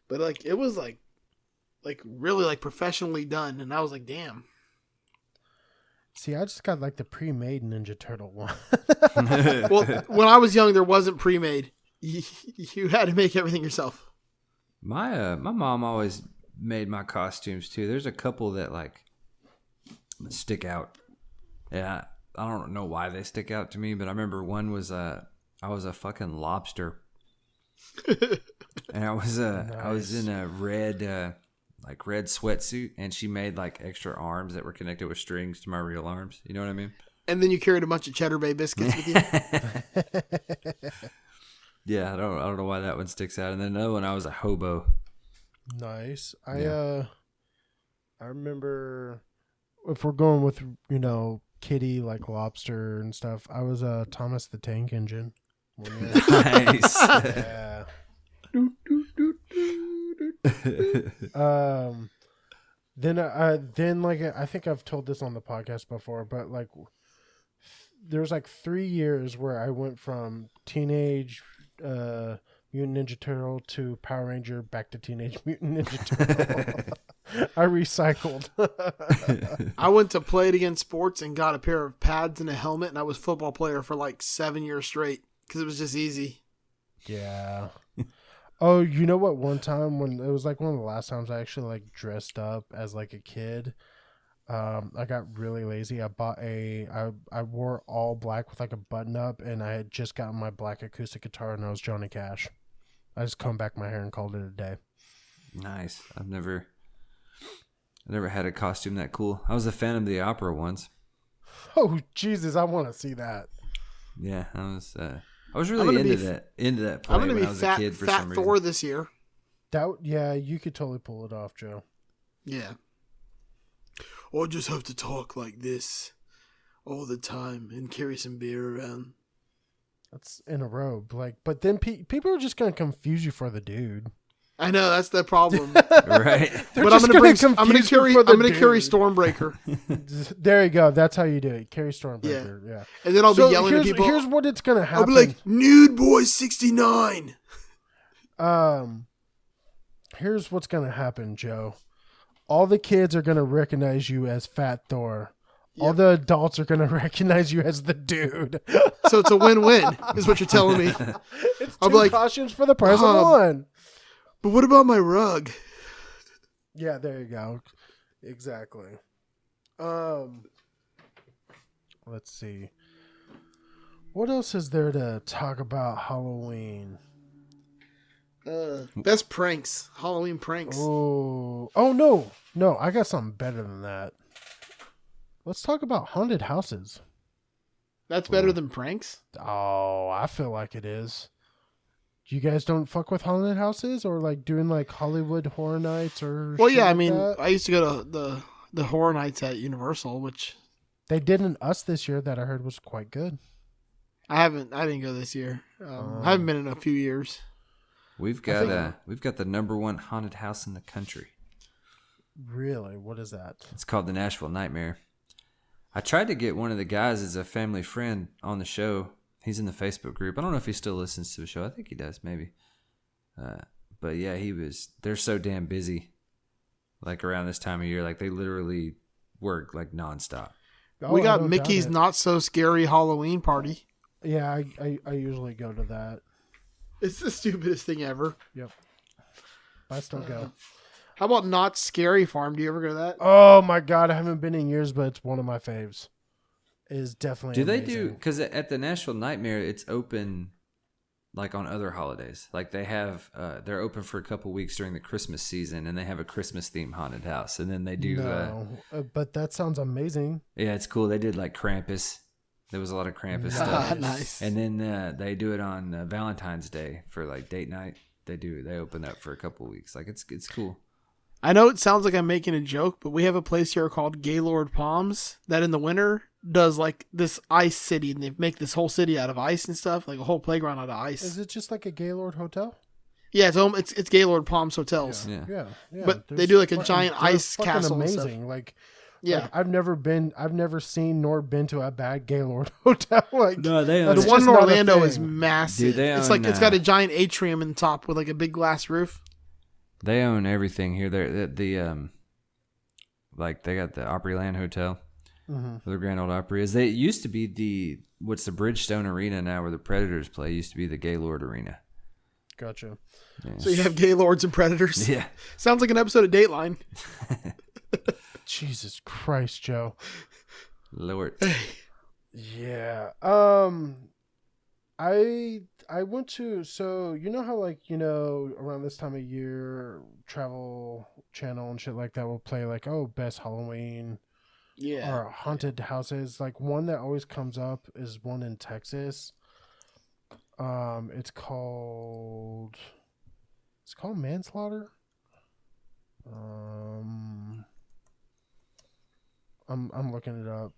S4: but like it was like, like really like professionally done, and I was like, damn.
S2: See, I just got like the pre-made Ninja Turtle one. <laughs>
S3: Mm-hmm.
S4: <laughs> Well, when I was young, there wasn't pre-made. <laughs> You, you had to make everything yourself.
S3: My uh, my mom always made my costumes too. There's a couple that like stick out. Yeah, I, I don't know why they stick out to me, but I remember one was uh, I was a fucking lobster, and I was uh, I was in a red uh, like red sweatsuit, and she made like extra arms that were connected with strings to my real arms. You know what I mean?
S4: And then you carried a bunch of Cheddar Bay biscuits with you.
S3: Yeah, I don't I don't know why that one sticks out. And then another one, I was a hobo.
S2: Nice. I
S3: Yeah.
S2: uh I remember if we're going with you know kitty like lobster and stuff. I was uh Thomas the Tank Engine.
S3: nice. <laughs>
S2: yeah. um then uh then like i think i've told this on the podcast before but like there's like three years where i went from teenage uh mutant ninja turtle to power ranger back to teenage mutant ninja turtle <laughs> i recycled <laughs>
S4: I went to play it against sports and got a pair of pads and a helmet, and I was football player for like seven years straight. because it was just easy.
S2: Yeah. <laughs> oh, you know what? One time when it was like one of the last times I actually like dressed up as like a kid. Um, I got really lazy. I bought a I I wore all black with like a button up, and I had just gotten my black acoustic guitar, and I was Johnny Cash. I just combed back my hair and called it a day. <laughs>
S3: Nice. I've never, I never had a costume that cool. I was a fan of the opera once.
S2: Oh Jesus, I want to see that.
S3: Yeah, I was. Uh, I was
S4: I'm
S3: really
S4: gonna
S3: into
S4: be f-
S3: that into that play
S4: I'm gonna
S3: when
S4: be
S3: I was
S4: fat
S3: a kid for
S4: fat
S3: some
S4: Thor
S3: reason.
S4: this year.
S2: That yeah, you could totally pull it off, Joe.
S4: Yeah. Or just have to talk like this all the time and carry some beer around.
S2: That's in a robe, like. But then pe- people are just gonna confuse you for the dude.
S4: I know that's the problem.
S3: <laughs>
S4: <laughs>
S3: right?
S2: They're
S4: but I'm
S2: just
S4: gonna bring, I'm gonna
S2: confuse you
S4: carry
S2: for the
S4: I'm gonna carry
S2: dude.
S4: Stormbreaker,
S2: There you go. That's how you do it. Carry Stormbreaker. Yeah.
S4: and then I'll
S2: So
S4: be yelling at
S2: here's,
S4: people.
S2: here's what it's gonna
S4: I'll
S2: happen.
S4: be like, "Nude boy 69."
S2: um, here's what's gonna happen, Joe. All the kids are gonna recognize you as Fat Thor. All the adults are gonna <laughs> recognize you as the dude. <laughs>
S4: So it's a win-win, is what you're telling me.
S2: it's
S4: I'll
S2: two
S4: be like,
S2: costumes for the price of
S4: "Um,
S2: one.
S4: But what about my rug?
S2: Yeah, there you go. Exactly. Um let's see. What else is there to talk about Halloween?
S4: Uh, best pranks, Halloween pranks.
S2: Oh, oh no. No, I got something better than that. Let's talk about haunted houses.
S4: That's better than pranks.
S2: Oh, I feel like it is. You guys don't fuck with haunted houses or like doing like Hollywood horror nights or
S4: Well,
S2: shit
S4: yeah, I
S2: like
S4: mean,
S2: that?
S4: I used to go to the the horror nights at Universal, which
S2: they did an us this year that I heard was quite good.
S4: I haven't. I didn't go this year. Um, I
S2: Uh,
S4: haven't been in a few years.
S3: We've got uh, we've got the number one haunted house in the country.
S2: Really? What is that?
S3: It's called the Nashville Nightmare. I tried to get one of the guys as a family friend on the show. He's in the Facebook group. I don't know if he still listens to the show. I think he does, maybe. Uh, but yeah, he was. They're so damn busy. Like around this time of year, like they literally work like nonstop.
S2: Oh,
S4: we
S2: I
S4: got
S2: don't doubt
S4: Mickey's
S2: it.
S4: not so scary Halloween party.
S2: Yeah, I, I, I usually go to that.
S4: It's the stupidest thing ever.
S2: Yep. I still go.
S4: How about not scary farm? Do you ever go to that?
S2: Oh my god, I haven't been in years, but it's one of my faves. It is definitely.
S3: Do they do?
S2: amazing.
S3: Because at the Nashville Nightmare, it's open like on other holidays. Like they have, uh, they're open for a couple weeks during the Christmas season, and they have a Christmas themed haunted house. And then they do. Uh,
S2: No, uh, but that sounds amazing.
S3: Yeah, it's cool. They did like Krampus. There was a lot of Krampus
S4: Ah,
S3: stuff.
S4: nice.
S3: And then uh, they do it on uh, Valentine's Day for like date night. They do. They open up for a couple weeks. Like it's it's cool.
S4: I know it sounds like I'm making a joke, but we have a place here called Gaylord Palms that in the winter does like this ice city, and they make this whole city out of ice and stuff, like a whole playground out of ice.
S2: Is it just like a Gaylord hotel?
S4: yeah, it's home- it's, it's Gaylord Palms hotels.
S3: Yeah.
S2: Yeah, yeah,
S4: But they
S2: there's
S4: do, like, a
S2: fucking-
S4: giant
S2: they're
S4: ice
S2: fucking
S4: castle and
S2: Amazing.
S4: stuff.
S2: Like,
S4: Yeah.
S2: like, I've never been. I've never seen nor been to a bad Gaylord <laughs> hotel. Like,
S3: No, they
S2: that's
S3: own
S4: The
S3: It's
S4: one
S2: just
S4: in
S2: not a
S4: Orlando is
S2: thing.
S4: massive.
S3: Dude, they
S4: it's
S3: own,
S4: like it's got
S3: uh,
S4: a giant atrium in the top with like a big glass roof.
S3: They own everything here. They're the, the um, like they got the Opryland Hotel.
S2: Mhm.
S3: Where the Grand Old Opry is. They it used to be the what's the Bridgestone Arena now, where the Predators play. It used to be the Gaylord Arena.
S2: Gotcha.
S3: Yeah.
S4: So you have Gaylords and
S3: <laughs>
S4: Predators.
S3: yeah.
S4: Sounds like an episode of Dateline.
S2: Jesus Christ, Joe.
S3: <laughs> Lord.
S2: Yeah. Um I I went to so you know how like, you know, around this time of year travel channel and shit like that will play like, oh, best Halloween
S4: Yeah.
S2: or haunted houses. Like one that always comes up is one in Texas. Um it's called it's called manslaughter. Um I'm I'm looking it up.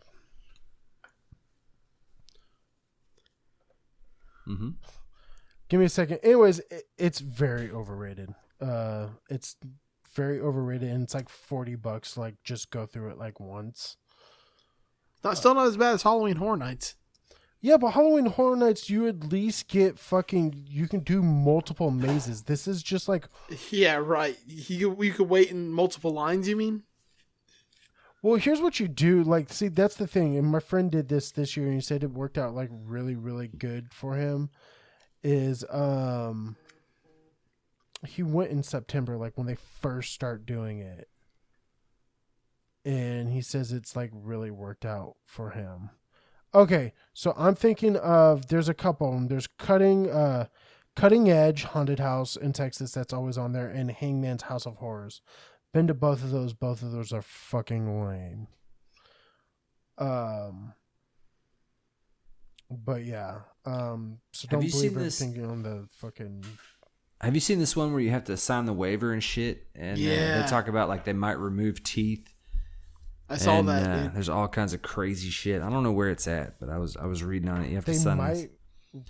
S3: Mm-hmm.
S2: Give me a second. Anyways, it, it's very overrated. Uh, it's very overrated, and it's like forty bucks. Like, just go through it like once.
S4: Not, still not as bad as Halloween Horror Nights.
S2: Yeah, but Halloween Horror Nights, you at least get fucking. You can do multiple mazes. This is just like,
S4: Yeah, right. You, could- you could wait in multiple lines, you mean?
S2: Well, here's what you do. Like, see, that's the thing. And my friend did this this year, and he said it worked out like really, really good for him. Is um, he went in September, like when they first start doing it, and he says it's like really worked out for him. Okay, so I'm thinking of there's a couple. of 'em. There's cutting, uh, cutting edge haunted house in Texas that's always on there, and Hangman's House of Horrors. Been to both of those. Both of those are fucking lame. Um. But yeah. Um. So
S3: Have
S2: don't
S3: you
S2: believe
S3: seen this-
S2: everything on the fucking.
S3: Have you seen this one where you have to sign the waiver and shit? And uh,
S4: Yeah.
S3: they talk about like they might remove teeth.
S4: I saw
S3: and,
S4: that.
S3: uh,
S4: dude.
S3: there's all kinds of crazy shit. I don't know where it's at, but I was I was reading on it. You have to
S2: They
S3: sign. this.
S2: might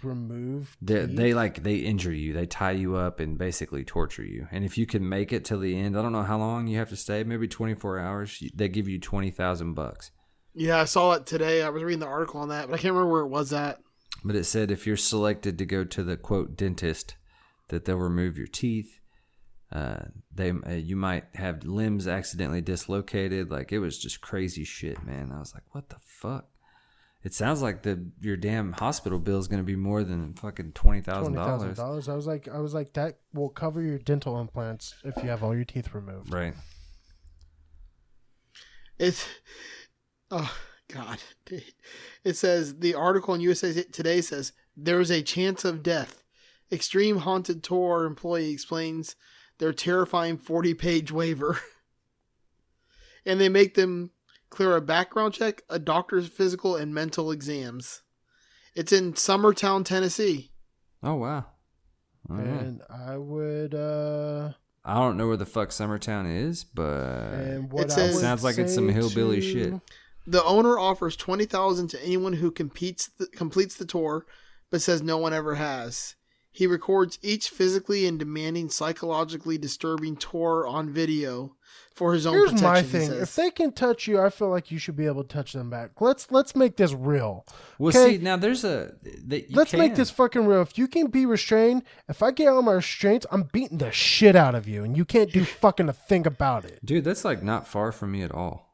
S2: remove.
S3: They
S2: teeth.
S3: they like they injure you. They tie you up and basically torture you. And if you can make it till the end, I don't know how long you have to stay. Maybe 24 hours. you- They give you twenty thousand bucks.
S4: Yeah, I saw it today. I was reading the article on that, but I can't remember where it was at.
S3: But it said if you're selected to go to the quote dentist, that they'll remove your teeth. Uh, they uh, you might have limbs accidentally dislocated. Like it was just crazy shit, man. I was like, what the fuck? It sounds like the your damn hospital bill is going to be more than fucking twenty thousand
S2: twenty thousand
S3: dollars,
S2: dollars. I was like, I was like, that will cover your dental implants if you have all your teeth removed.
S3: right?
S4: It's oh god. It says the article in USA Today says there is a chance of death. Extreme haunted tour employee explains their terrifying forty-page waiver, <laughs> and they make them clear a background check, a doctor's physical, and mental exams. It's in Summertown, Tennessee.
S3: Oh wow. All right. Oh,
S2: And I would. uh
S3: I don't know where the fuck Summertown is, but
S2: And what
S4: It
S2: I
S4: says-
S2: would
S3: Uh, Sounds like it's some
S2: say to-
S3: hillbilly shit.
S4: The owner offers twenty thousand to anyone who competes th- completes the tour, but says no one ever has. He records each physically and demanding, psychologically disturbing tour on video for his own
S2: Here's
S4: protection.
S2: my
S4: he
S2: thing:
S4: says.
S2: if they can touch you, I feel like you should be able to touch them back. Let's let's make this real.
S3: well,
S2: Okay.
S3: see now there's a that you
S2: Let's make
S3: can.
S2: this fucking real. If you can be restrained, if I get all my restraints, I'm beating the shit out of you, and you can't
S3: <laughs>
S2: do fucking a thing about it.
S3: dude. That's like not far from me at all.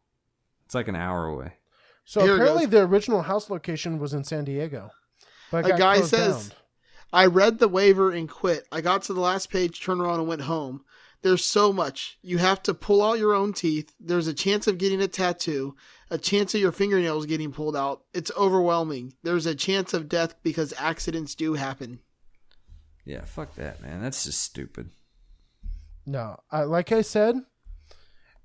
S3: It's like an hour away.
S2: So
S4: Here it
S2: apparently,
S4: goes.
S2: the original house location was in San Diego. But it
S4: A
S2: got
S4: guy
S2: closed
S4: says-
S2: down.
S4: I read the waiver and quit. I got to the last page, turned around, and went home. There's so much. You have to pull out your own teeth. There's a chance of getting a tattoo, a chance of your fingernails getting pulled out. It's overwhelming. There's a chance of death because accidents do happen.
S3: Yeah, fuck that, man. That's just stupid.
S2: No, I, like I said,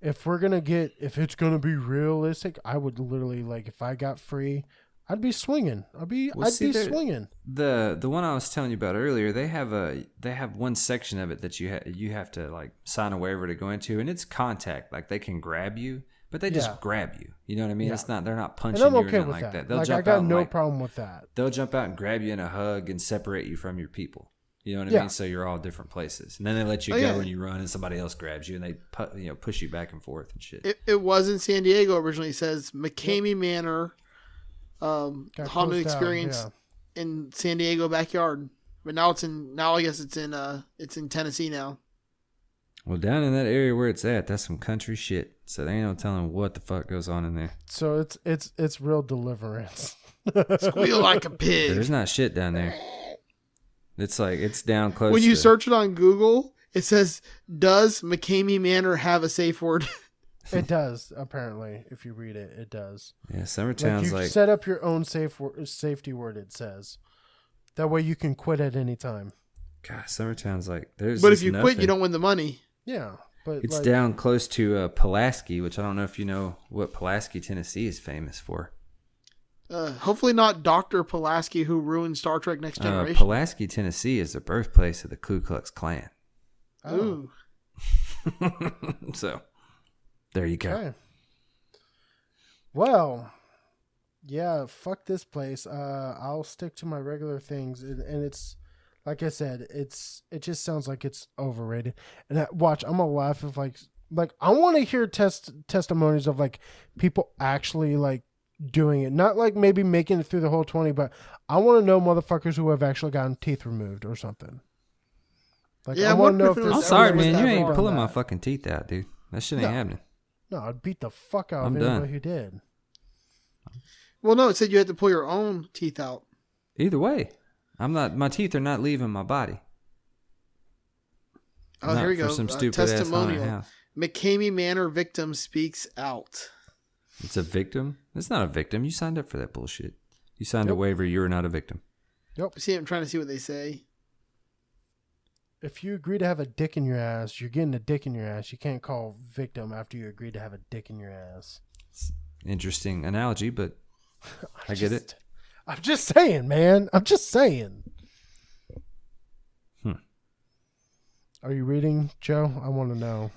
S2: if we're gonna get, if it's gonna be realistic, I would literally like if I got free, I'd be swinging. I'd be,
S3: Well,
S2: I'd
S3: see,
S2: be
S3: there-
S2: swinging.
S3: the The one I was telling you about earlier, they have a they have one section of it that you ha- you have to like sign a waiver to go into, and it's contact. Like they can grab you, but they
S2: Yeah.
S3: just grab you. You know what I mean? It's not they're not
S2: And
S3: punching
S2: I'm
S3: you
S2: okay
S3: or nothing
S2: with
S3: like that.
S2: that.
S3: They'll
S2: Like
S3: jump
S2: I
S3: out
S2: got
S3: and,
S2: no
S3: like,
S2: problem with that.
S3: they'll jump out and grab you in a hug and separate you from your people. You know what I
S2: Yeah.
S3: mean? So you're all different places, and then they let you
S4: Oh,
S3: go
S4: yeah.
S3: and you run, and somebody else grabs you, and they pu- you know push you back and forth and shit.
S4: It, it was in San Diego originally. It says McCamey Manor, um,
S2: Got
S4: haunted
S2: closed down,
S4: experience in San Diego backyard. But now it's in. Now I guess it's in. Uh, it's in
S2: <laughs>
S4: Tennessee now.
S3: Well, down in that area where it's at, that's some country shit. So there ain't no telling what the fuck goes on in there.
S2: So it's it's it's real deliverance. <laughs>
S4: Squeal like a pig.
S3: There's not shit down there. It's like it's down close.
S4: When you
S3: to-
S4: search it on Google, it says, "Does McCamey Manor have a safe word?"
S2: it does apparently. If you read it, it does.
S3: yeah,
S2: Like you
S3: Summertown's like,
S2: set up your own safe wor- safety word. It says that way you can quit at any time.
S3: God, Summertown's like. There's
S4: but if
S3: just
S4: you quit, you
S3: nothing.
S4: don't win the money.
S2: Yeah, but
S3: It's
S2: like,
S3: down close to uh, Pulaski, which I don't know if you know what Pulaski, Tennessee, is famous for.
S4: Uh, hopefully not Doctor Pulaski who ruined Star Trek Next
S3: Uh,
S4: Generation.
S3: Pulaski, Tennessee, is the birthplace of the Ku Klux Klan. <laughs>
S2: oh,
S4: Ooh.
S3: so there you go.
S2: Okay. Well, yeah, fuck this place. Uh, I'll stick to my regular things, and, and it's like I said, it's it just sounds like it's overrated. And I, watch, I'm gonna laugh if like like I want to hear test testimonies of like people actually like doing it, not like maybe making it through the whole twenty, but I want to know motherfuckers who have actually gotten teeth removed or something. Like
S4: Yeah, I
S2: I want
S4: wonder
S2: to know
S4: if
S2: if
S4: it
S2: there's
S4: was
S3: I'm
S4: That's
S3: sorry,
S4: everywhere
S2: anybody
S3: man. You
S4: that
S2: that's
S3: ain't
S2: done
S4: far.
S3: pulling my
S2: that.
S3: fucking teeth out, dude. That shit ain't
S2: No.
S3: happening.
S2: No, I'd beat the fuck out
S3: I'm
S2: of
S3: done.
S2: anybody who did.
S4: Well, no, it said you had to pull your own teeth out.
S3: Either way, I'm not. My teeth are not leaving my body.
S4: Oh,
S2: Oh,
S3: Not
S4: here we
S3: for
S4: go.
S3: Some
S4: Uh,
S3: stupid Ass haunted
S4: testimonial.
S3: house.
S4: McCamey Manor victim speaks out.
S3: It's a victim. It's not a victim. You signed up for that bullshit. You signed a waiver. You're not a victim.
S4: See, I'm trying to see what they say.
S2: If you agree to have a dick in your ass, you're getting a dick in your ass. You can't call victim after you agreed to have a dick in your ass.
S3: Interesting analogy, but I get it.
S2: I'm just saying, man. I'm just saying.
S3: Hmm.
S2: Are you reading, Joe? I want to know.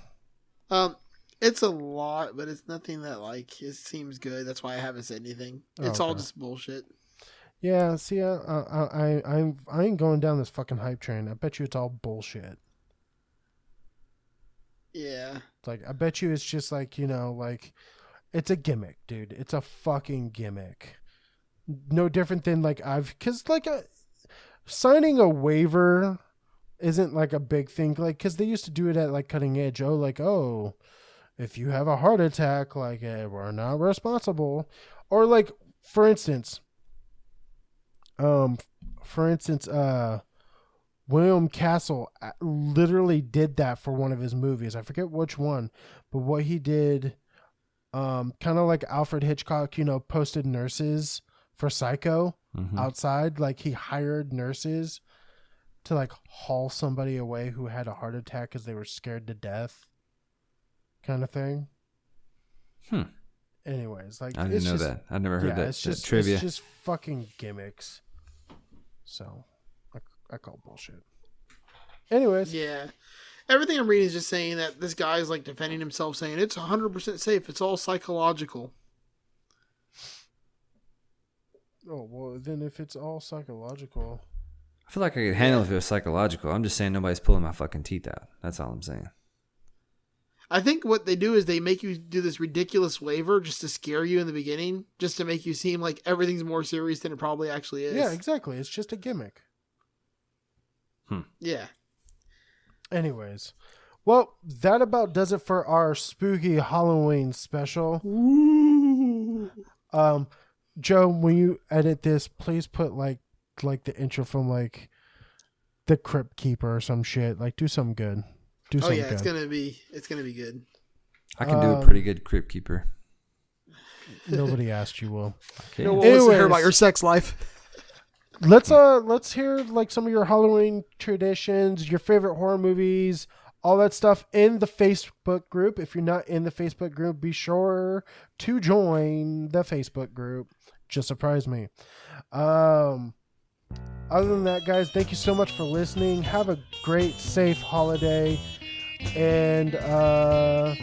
S4: Um, it's a lot, but it's nothing that like it seems good. That's why I haven't said anything.
S2: Oh,
S4: It's all
S2: okay.
S4: just bullshit.
S2: Yeah, see, I, I, I, I'm, I ain't going down this fucking hype train. I bet you it's all bullshit.
S4: Yeah.
S2: It's Like, I bet you it's just like, you know, like, it's a gimmick, dude. It's a fucking gimmick. No different than, like, I've, cause, like, a, signing a waiver isn't, like, a big thing. Like, cause they used to do it at, like, cutting edge. Oh, like, oh, if you have a heart attack, like, eh, we're not responsible. Or, like, for instance, um, for instance, uh, William Castle uh, literally did that for one of his movies. I forget which one, but what he did, um, kind of like Alfred Hitchcock, you know, posted nurses for Psycho
S3: Mhm.
S2: outside. Like he hired nurses to like haul somebody away who had a heart attack because they were scared to death, kind of thing.
S3: Hmm.
S2: Anyways, like
S3: I didn't
S2: it's
S3: know
S2: just-
S3: that. I never heard
S2: yeah,
S3: that,
S2: it's
S3: that
S2: just
S3: trivia.
S2: It's just fucking gimmicks. So, I, I call bullshit. Anyways,
S4: Yeah. Everything I'm reading is just saying that this guy is like defending himself, saying it's 100% safe. It's all psychological.
S2: oh well, then if it's all psychological,
S3: I feel like I could handle if it was psychological. I'm just saying nobody's pulling my fucking teeth out. That's all I'm saying.
S4: I think what they do is they make you do this ridiculous waiver just to scare you in the beginning, just to make you seem like everything's more serious than it probably actually is.
S2: yeah, exactly. It's just a gimmick.
S4: Yeah.
S2: Anyways, well, that about does it for our spooky Halloween special. Um, Joe, when you edit this, please put like like the intro from like the Crypt Keeper or some shit. Like, do something good. Do
S4: Oh
S2: something
S4: yeah,
S2: good.
S4: it's gonna be it's gonna be good.
S3: I can do a
S2: Um,
S3: pretty good crypt keeper.
S4: <laughs>
S2: Nobody asked you, Will.
S3: Okay.
S4: No one wants to hear
S2: Anyways.
S4: about your sex life.
S2: Let's uh let's hear like some of your Halloween traditions, your favorite horror movies, all that stuff in the Facebook group. If you're not in the Facebook group, be sure to join the Facebook group. Just surprise me. Um other than that, guys, thank you so much for listening. Have a great, safe holiday. And uh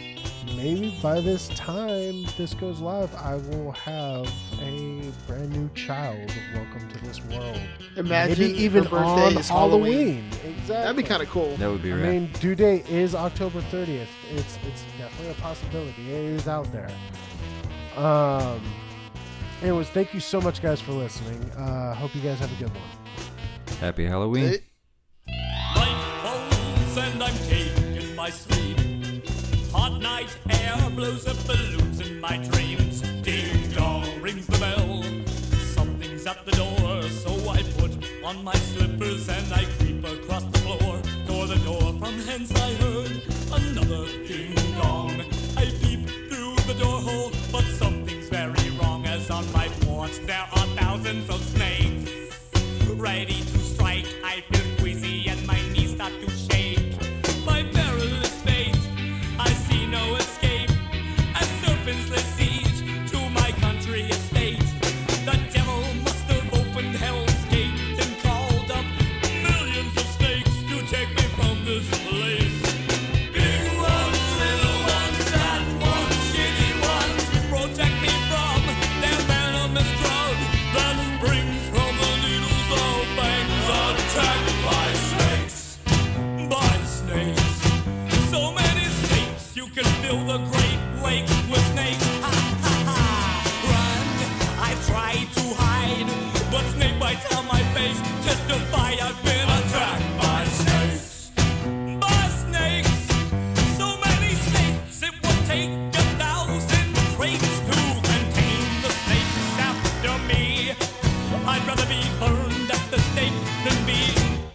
S2: maybe by this time this goes live, I will have a brand new child welcome to this world.
S4: Imagine
S2: Maybe even
S4: her birthday
S2: on
S4: is Halloween.
S2: Halloween. Exactly.
S4: That'd be kind of cool.
S3: That would be
S2: I
S3: right.
S2: mean, due date is October 30th. It's it's definitely a possibility. It is out there. Um. Anyways, thank you so much, guys, for listening. Uh, hope you guys have a good one.
S3: Happy Halloween.
S4: It-
S5: Night falls and I'm taking my sleep. Hot night air blows up balloons in my dreams. Ding dong rings the bell. Something's at the door, so I put on my slippers and I creep across the floor. Door the door from hence I heard another ding dong. I peep through the door hole, but something's very wrong as on my porch there are thousands of snakes ready to strike. I feel queasy and my knees start to shake. My perilous fate, I see no escape. A serpent's laid siege to my country estate. The devil must have opened hell's gate and called up millions of snakes to take me from this place. Big ones, little ones, fat ones, skinny ones, protect me from their venomous drug that springs from the needles of fangs attacked by snakes.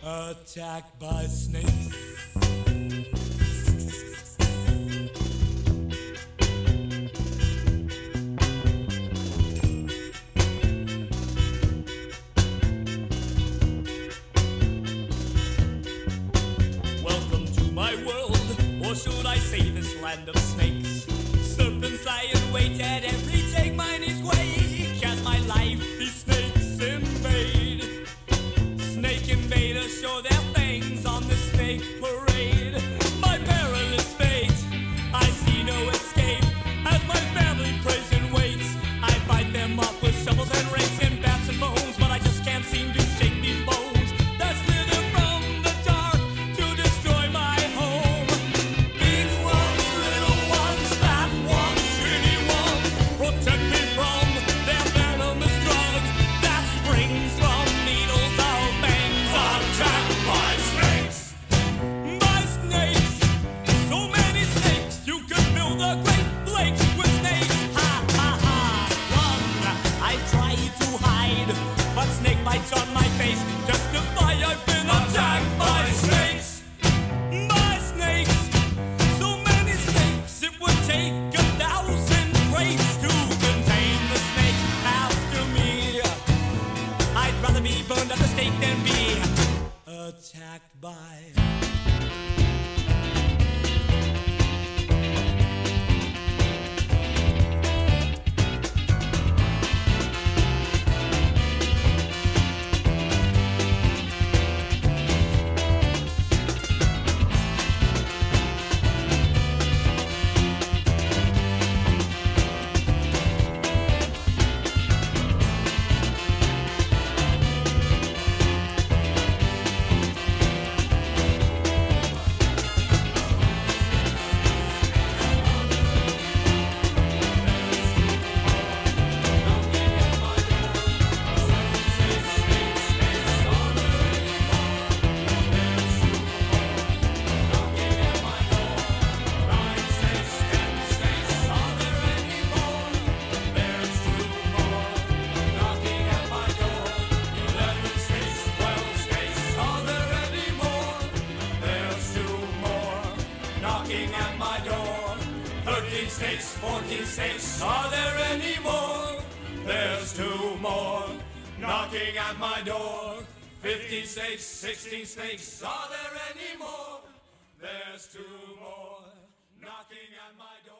S5: attacked by snakes. Welcome to my world, or should I say this land of snakes? Serpents lie in wait at every take mine is quake. As my life these snakes invade. Snake invaders show their fangs on the snake parade. My perilous fate, I see no escape. As my family prays and waits, I bite them off with shovels and rakes and bats and bones, but I just can't seem to shake these bones. that slither from the dark to destroy my home. Big ones, little ones, fat ones, skinny ones, protect me from their venomous drug that springs from needles or fangs. Attacked by snakes. By snakes, so many snakes, you could build a great lake with snakes. Ha ha ha! Run! I try to hide, but snake bites on my face justify I've been attacked by snakes. By snakes, so many snakes, it would take a thousand breaks to contain the snake after me. I'd rather be burned at the stake than be attacked by. Knocking at my door. Thirteen states, fourteen states, are there any more? There's two more knocking at my door. Fifteen states, sixteen states, are there any more? There's two more knocking at my door.